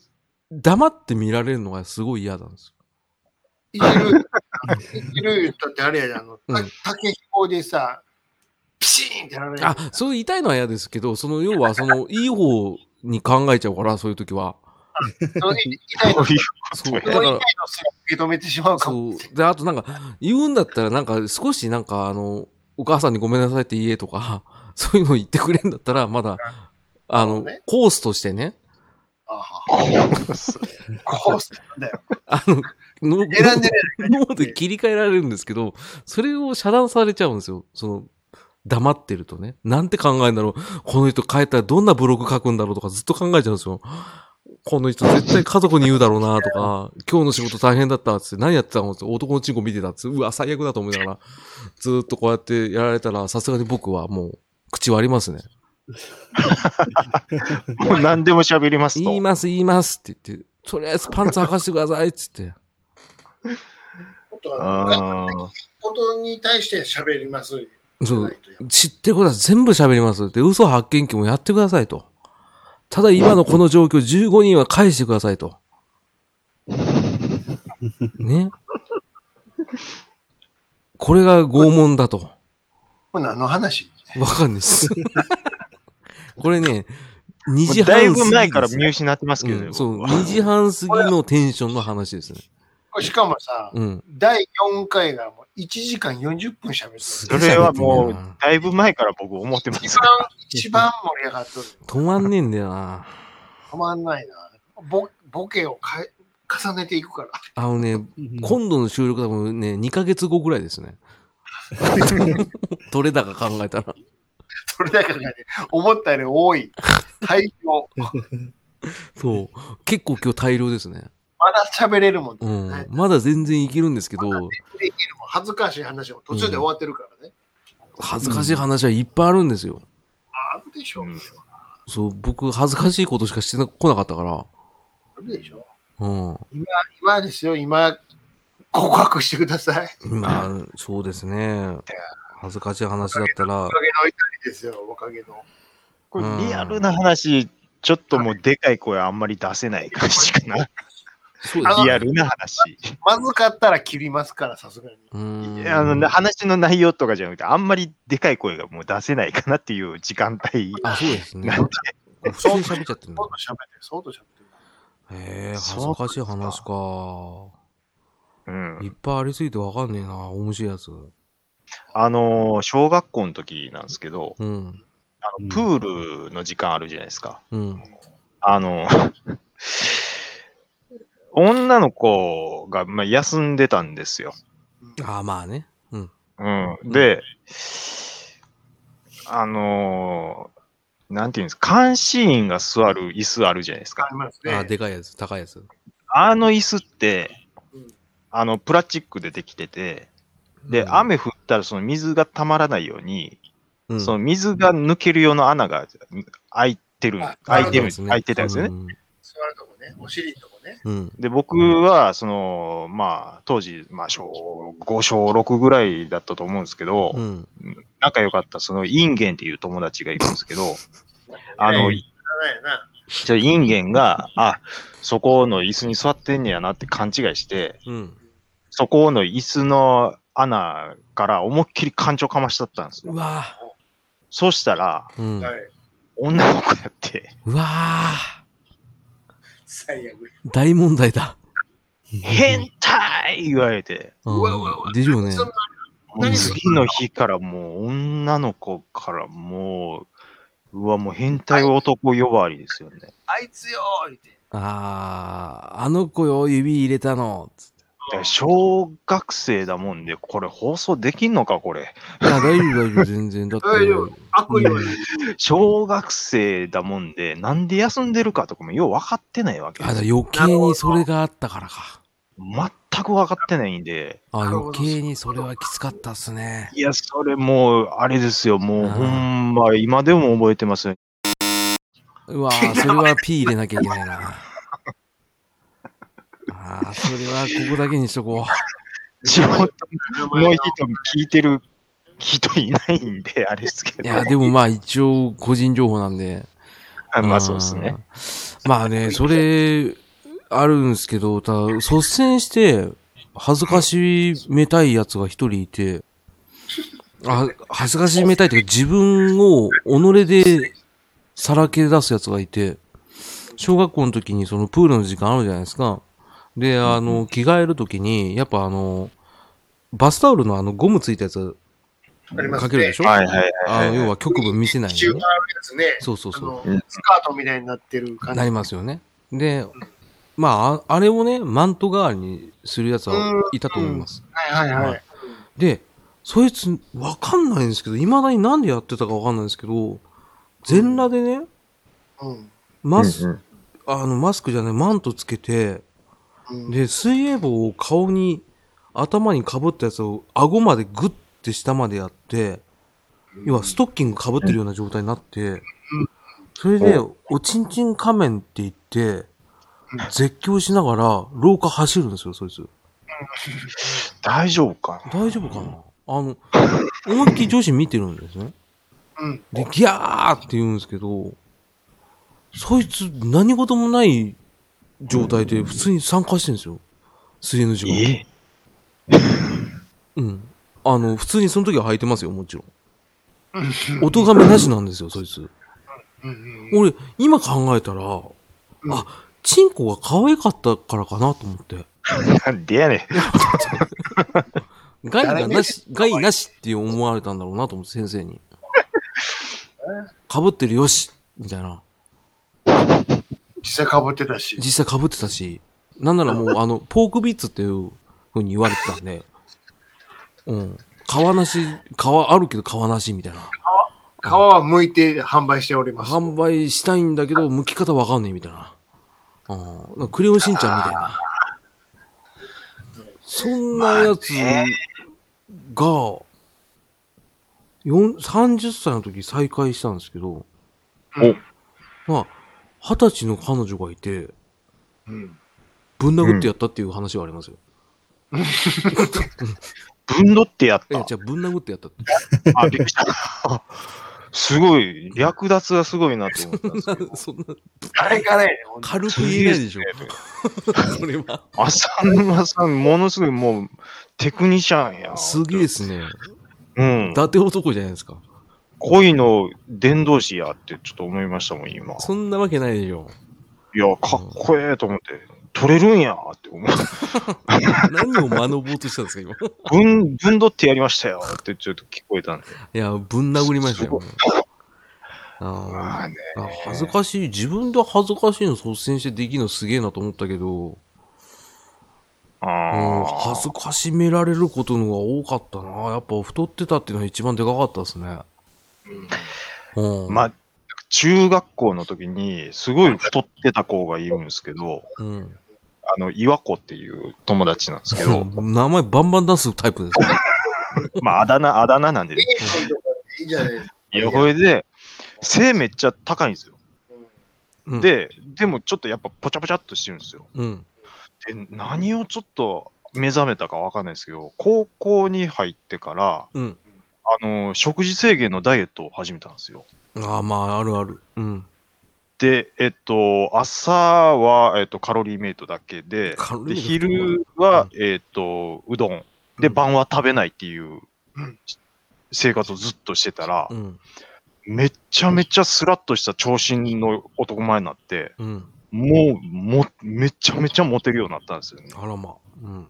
B: 黙って見られるのがすごい嫌なんです
A: いじ
B: *laughs*
A: る、いじる言ったってあれやで、あの、
B: う
A: た
B: ん
A: 竹ひこでさ、ピシーンってなられ
B: よ。あ、そう痛いのは嫌ですけど、その、要はその、いい方に考えちゃうから、そういう時は。
A: その痛いの、
D: そう
A: そ
B: そう。
D: いう
B: *laughs* だ
A: の
B: か
A: 痛いの
B: ら、
A: すら受け止めてしまうかも。
B: そう。で、あとなんか、言うんだったら、なんか、少しなんか、あの、お母さんにごめんなさいって言えとか、 *laughs* そういうの言ってくれんだったら、まだ、あの、
A: ね
B: コースとしてね、
A: あは
B: *laughs*
A: こうするんだよ。
B: あの、の
A: 選んでる
B: 脳で切り替えられるんですけど、それを遮断されちゃうんですよ。その、黙ってるとね。なんて考えんだろう。この人帰ったらどんなブログ書くんだろうとかずっと考えちゃうんですよ。この人絶対家族に言うだろうなとか、今日の仕事大変だったっつって何やってたのって男のチンコ見てたっつって、うわ、最悪だと思いながら、ずーっとこうやってやられたら、さすがに僕はもう、口割りますね。
D: *laughs* もう何でも喋ります
B: 言い
D: と。
B: ます、言いますって言って、とりあえずパンツ履かせてくださいっつって。
A: ことは、
D: あー
A: ことに対して喋ります。
B: そう
A: ない、とやっ
B: 知ってることは全部喋りますって、嘘発見器もやってくださいと。ただ今のこの状況15人は返してください
D: *laughs*
B: と。ね。これが拷問だと。
A: これ何の話
B: わかんない
D: *laughs*
B: です。これね、2
D: も
B: 時
D: う
B: 半
D: だ
B: 過ぎ
D: い
B: です
D: ぶ前から見失ってますけどね
B: うん、そう、
D: 僕は
B: 2時半過ぎのテンションの話ですね。
A: これしかもさ、
B: うん。
A: 第4回がもう1時間40分喋ってる。
D: それはもう、だいぶ前から僕思ってます
A: 一。番、一番盛り上がっとる。
B: 止まんねえんだよな。
A: 止まんないな。ボボケをかえ重ねていくから。
B: あのね、今度の収録多分ね、2ヶ月後ぐらいですね。 *laughs* 取れ高考えたら。
A: それだけがね、思ったより多い。大量。
B: そう。結構今日大量ですね。
A: まだ喋れるもん、ね。
B: うん。まだ全然いけるんですけど、
A: できるもん恥ずかしい話も途中で終わってるからね。
B: 恥ずかしい話はいっぱいあるんですよ。
A: あるでしょ。
D: うん
B: そう、僕、恥ずかしいことしかしてなこなかったから。
A: あるでしょ。
B: うん。
A: 今ですよ、今、告白してください。
B: 今、そうですね。恥ずかしい話だったら
A: お、かげの痛りですよ、おかげの。
D: これリアルな話、ちょっともうでかい声あんまり出せない感じかな。
B: そうです
A: あの
D: リアルな話。
A: まずかったら切りますから、さすがに。
B: うん。
D: あの話の内容とかじゃなくて、あんまりでかい声がもう出せないかなっていう時間帯
B: あ、そうですね
D: な。んで、
B: 普通に喋っちゃってるんだ
A: 相当。喋ってる、相当喋ってる。
B: へえ、恥ずかしい話か。
D: うん
B: いっぱいありすぎてわかんねえな。面白いやつ。
D: あのー小学校の時なんですけど、
B: うん。
D: あ
C: うん
D: のプールの時間あるじゃないですか。
B: うん。
D: あのー *laughs* 女の子が、まあ、休んでたんですよ。
B: ああ、まあね。うん。
D: うん、で、あのーなんていうんですか、監視員が座る椅子あるじゃないです
A: あ
D: か。
A: ります
B: ああ、
A: ね。
B: でかいやつ、高いやつ。
D: あの椅子って
A: うん、
D: あの、プラスチックでできてて、で、
B: うん、
D: 雨降ったらその水がたまらないように、
B: うん、
D: その水が抜けるような穴が開いてる
A: あ、
D: 開いて
A: あるん
D: る、開いてたんですよね。
B: ね。
A: 座るとこね、お尻のとこね。
B: うん。うん
D: で、僕は、その、まあ、当時、まあ、小5、小6ぐらいだったと思うんですけど、
B: うん。
D: 仲良かった、その、インゲンっていう友達がいるんですけど、あ
A: 知らな
D: の、
A: いよな。
D: じゃあインゲンが、あ、そこの椅子に座ってんねやなって勘違いして、
B: うん。
D: そこの椅子の穴から思いっきり感情かましとったんです
B: う
D: よ。
B: わ
D: そうしたら、
B: ぁ。うん。
A: はいう
D: 女の子やって、
B: うわぁ。
A: 最悪。
B: 大問題だ。
D: 変態言われて、
B: う
A: うわうわうわ
B: ん。でしょうね。
A: そんな
D: もう
A: 何
D: 次の日からもう女の子からもう、うわ、もう変態男呼ばわりですよね。
A: あいつよーって。
B: ああ、あの子よ、指入れたの。つって
D: だから小学生だもんで、これ放送できんのか、これ。
B: いや、大丈夫、
A: *laughs*
B: 大丈夫、全然。だって、
A: 大丈夫悪意を、
D: 小学生だもんで、なんで休んでるかとかもよう分かってないわけで
B: あだ
D: す。
B: 余計にそれがあったからか。
D: 全く分かってないんで、
B: あ
A: なるほど
B: 余計にそれはきつかったっすね。
D: いや、それもう、あれですよ、もう、
B: あー
D: ほんま、今でも覚えてますよ。
B: うわ
A: *laughs*
B: ぁ、それは P 入れなきゃいけないな。ああ、それはここだけにしとこ
D: 地元
A: 名
D: の
A: 前
D: 人聞いてる人いないんで、あれですけ
B: う。い
D: ど。
B: や、でもまあ一応個人情報なんで。
D: あ *laughs* まあ、そうですね。
B: うん。まあね、それ、あるんですけど、ただ、率先して、恥ずかしめたいやつが一人いて、あ恥ずかしめたいというか、自分を己でさらけ出すやつがいて、小学校の時にそのプールの時間あるじゃないですか。で、あの、着替える時に、やっぱあの、バスタオルのあのゴムついたやつ
A: あります
B: か
A: ね
B: けるでしょ、
D: はいはい
B: あ
D: は
B: の
D: いはい。
B: 要は局部見せない
A: 中
B: よ、
A: が
B: ね。
A: あるやつね。
B: そうそうそう。
A: あのスカートみたいになってる感じ。
B: なりますよね。で、まあ、ああれをね、マント代わりにするやつはいたと思います。
A: はいはいは。
B: はいで、そいつ、わかんないんですけど、未だになんでやってたかわかんないんですけど、全裸でね、
A: うん
B: マス、
D: うんうん
B: あの、マスクじゃない、マントつけて、
A: うん
B: で、水泳帽を顔に、頭に被ったやつを顎までグッて下までやって、要はストッキング被ってるような状態になって、それで、おちんちん仮面って言って、絶叫しながら廊下走るんですよ、そいつ。
D: 大丈夫かな。
B: 大丈夫かなあの、思いっきり女子見てるんですね。
A: うん
B: で、ギャーって言うんですけど、そいつ何事もない状態で普通に参加してるんですよ。水泳の時間。
D: え
B: うん。あの、普通にその時は履いてますよ、もちろん。お咎めなしなんですよ、そいつ。
A: うん
B: 俺、今考えたら、
A: ん
B: あ、チンコが可愛かったからかなと思って。
D: なんでやねん。
B: 害がなし、害なしって思われたんだろうなと思って、先生に。被ってるよし、みたいな。
A: 実際かぶってたし。
B: 実際被ってたし、なんならもう、あの、ポークビッツっていう風に言われてたんで、うん。皮なし、皮あるけど皮なし、みたいな。
A: 皮は剥いて販売しております。
B: 販売したいんだけど、剥き方わかんねえみたいな。うん。クレヨンしんちゃんみたいな。そんなやつが、よん30歳の時再会したんですけど、まあ、20歳の彼女がいて、
A: うん
B: ぶん殴ってやったっていう話はありますよ。
D: ぶんどってやっ
B: え、
D: た。
B: じゃあぶん殴ってやったって。。
D: あ、びっくりした。すごい、略奪がすごいなと思ったんですけ
B: *laughs*
D: ど
B: そんな、
A: 誰かね、ほんと
B: 軽く言えないでしょ。それは。
D: 浅沼さん、ものすごいもう、テクニシャンや。
B: すげえですね。
D: うん
B: 伊。達男じゃないですか。
D: 恋の伝道師やってちょっと思いましたもん、今。
B: そんなわけないでしょ。
D: いや、かっこええと思って、取れるんやって思う。
B: 何を学ぼうとしたんですか、今。
D: ぶん、ぶんどってやりましたよってちょっと聞こえたんで。
B: いや、ぶん殴りましたよ。あ
D: まあね。
B: ーあ恥ずかしい。自分で恥ずかしいの率先してできるのすげえなと思ったけど、うん、
D: あ
B: 恥ずかしめられることのが多かったな。やっぱ太ってたっていうのは一番でかかったですね。う
D: あ。
B: ん。
D: まあ、中学校の時に、すごい太ってた子がいるんですけど、
B: うん。
D: あの、岩子っていう友達なんで
B: *laughs*
D: すけど、
B: 名前バンバン出すタイプですね。
D: まあ、あだ名、あだ名なんでね。
A: いいじゃないですか。
D: いや、これで、背めっちゃ高いんですよ。
B: うん、
D: で、でもちょっとやっぱぽちゃぽちゃっとしてるんですよ。
B: うん。
D: で、何をちょっと目覚めたかわかんないですけど、高校に入ってから、
B: うん。
D: あの、食事制限のダイエットを始めたんですよ。
B: ああ、まあ、あるある。うん。
D: で、えっと、朝は、えっと、カロリーメイトだけで
B: カロ、リー
D: で
B: メイト
D: 昼は、えっと、うどん。で、
B: うん
D: 晩は食べないっていう
A: うん
D: 生活をずっとしてたら
B: う、ん。
D: めちゃめちゃスラッとした長身の男前になって、
B: うん。
D: もう、も、めちゃめちゃモテるようになったんですよね。
B: あらま。うん。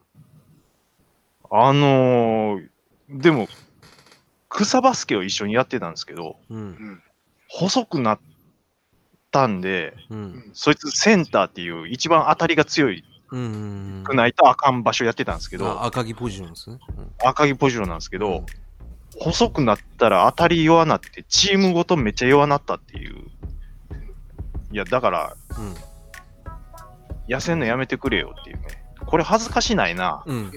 D: あのーでも、草バスケを一緒にやってたんですけど、
B: うん。
D: 細くなったんで、
B: うん。
D: そいつセンターっていう一番当たりが強い
B: うん。
D: くないとあかん場所やってたんですけ
B: あ
D: ど、
B: 赤木ポジションですね。うん
D: 赤木ポジロなんですけど、細くなったら当たり弱なって、チームごとめっちゃ弱なったっていう。いや、だから、
B: うん。
D: 痩せんのやめてくれよっていうね。これ恥ずかしないな。
B: うん。
A: うん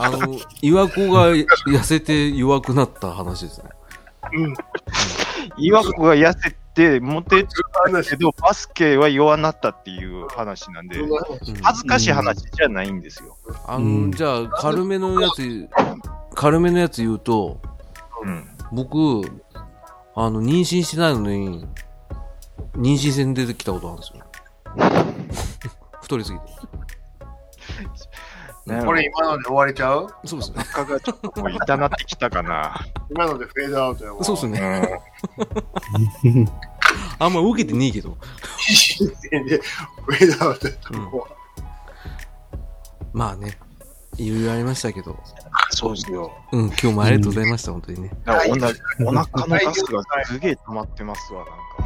B: あの、岩子が痩せて弱くなった話ですね。
A: うん。
D: 岩子が痩せて、モテて
A: 話
D: けど、バスケは弱なったっていう話なんで、
B: うん
D: 恥ずかしい話じゃないんですよ。
B: あ
C: う
B: の、
C: ん
B: じゃあ、軽めのやつ、軽めのやつ言うと、
D: うん。
B: 僕、あの、妊娠してないのに、妊娠線出てきたことあるんですよ。 *laughs* 太りすぎて。
A: これ今ので終われちゃう
B: そうですね。
D: 赤がちょっともう痛なってきたかな。
A: 今のでフェードアウトやわ。
B: *laughs* そうです
D: う
B: ね。
D: ん。
B: あんま受けてねえけど。
A: *laughs* ね。フェードアウトやっ
B: う
A: た
B: ん
A: も
B: まあね、いろいろありましたけど。
D: そうですよ。
B: うん、今日もありがとうございました、本当にね。
D: だからおなお腹のガスがすげえ溜まってますわ、なんか。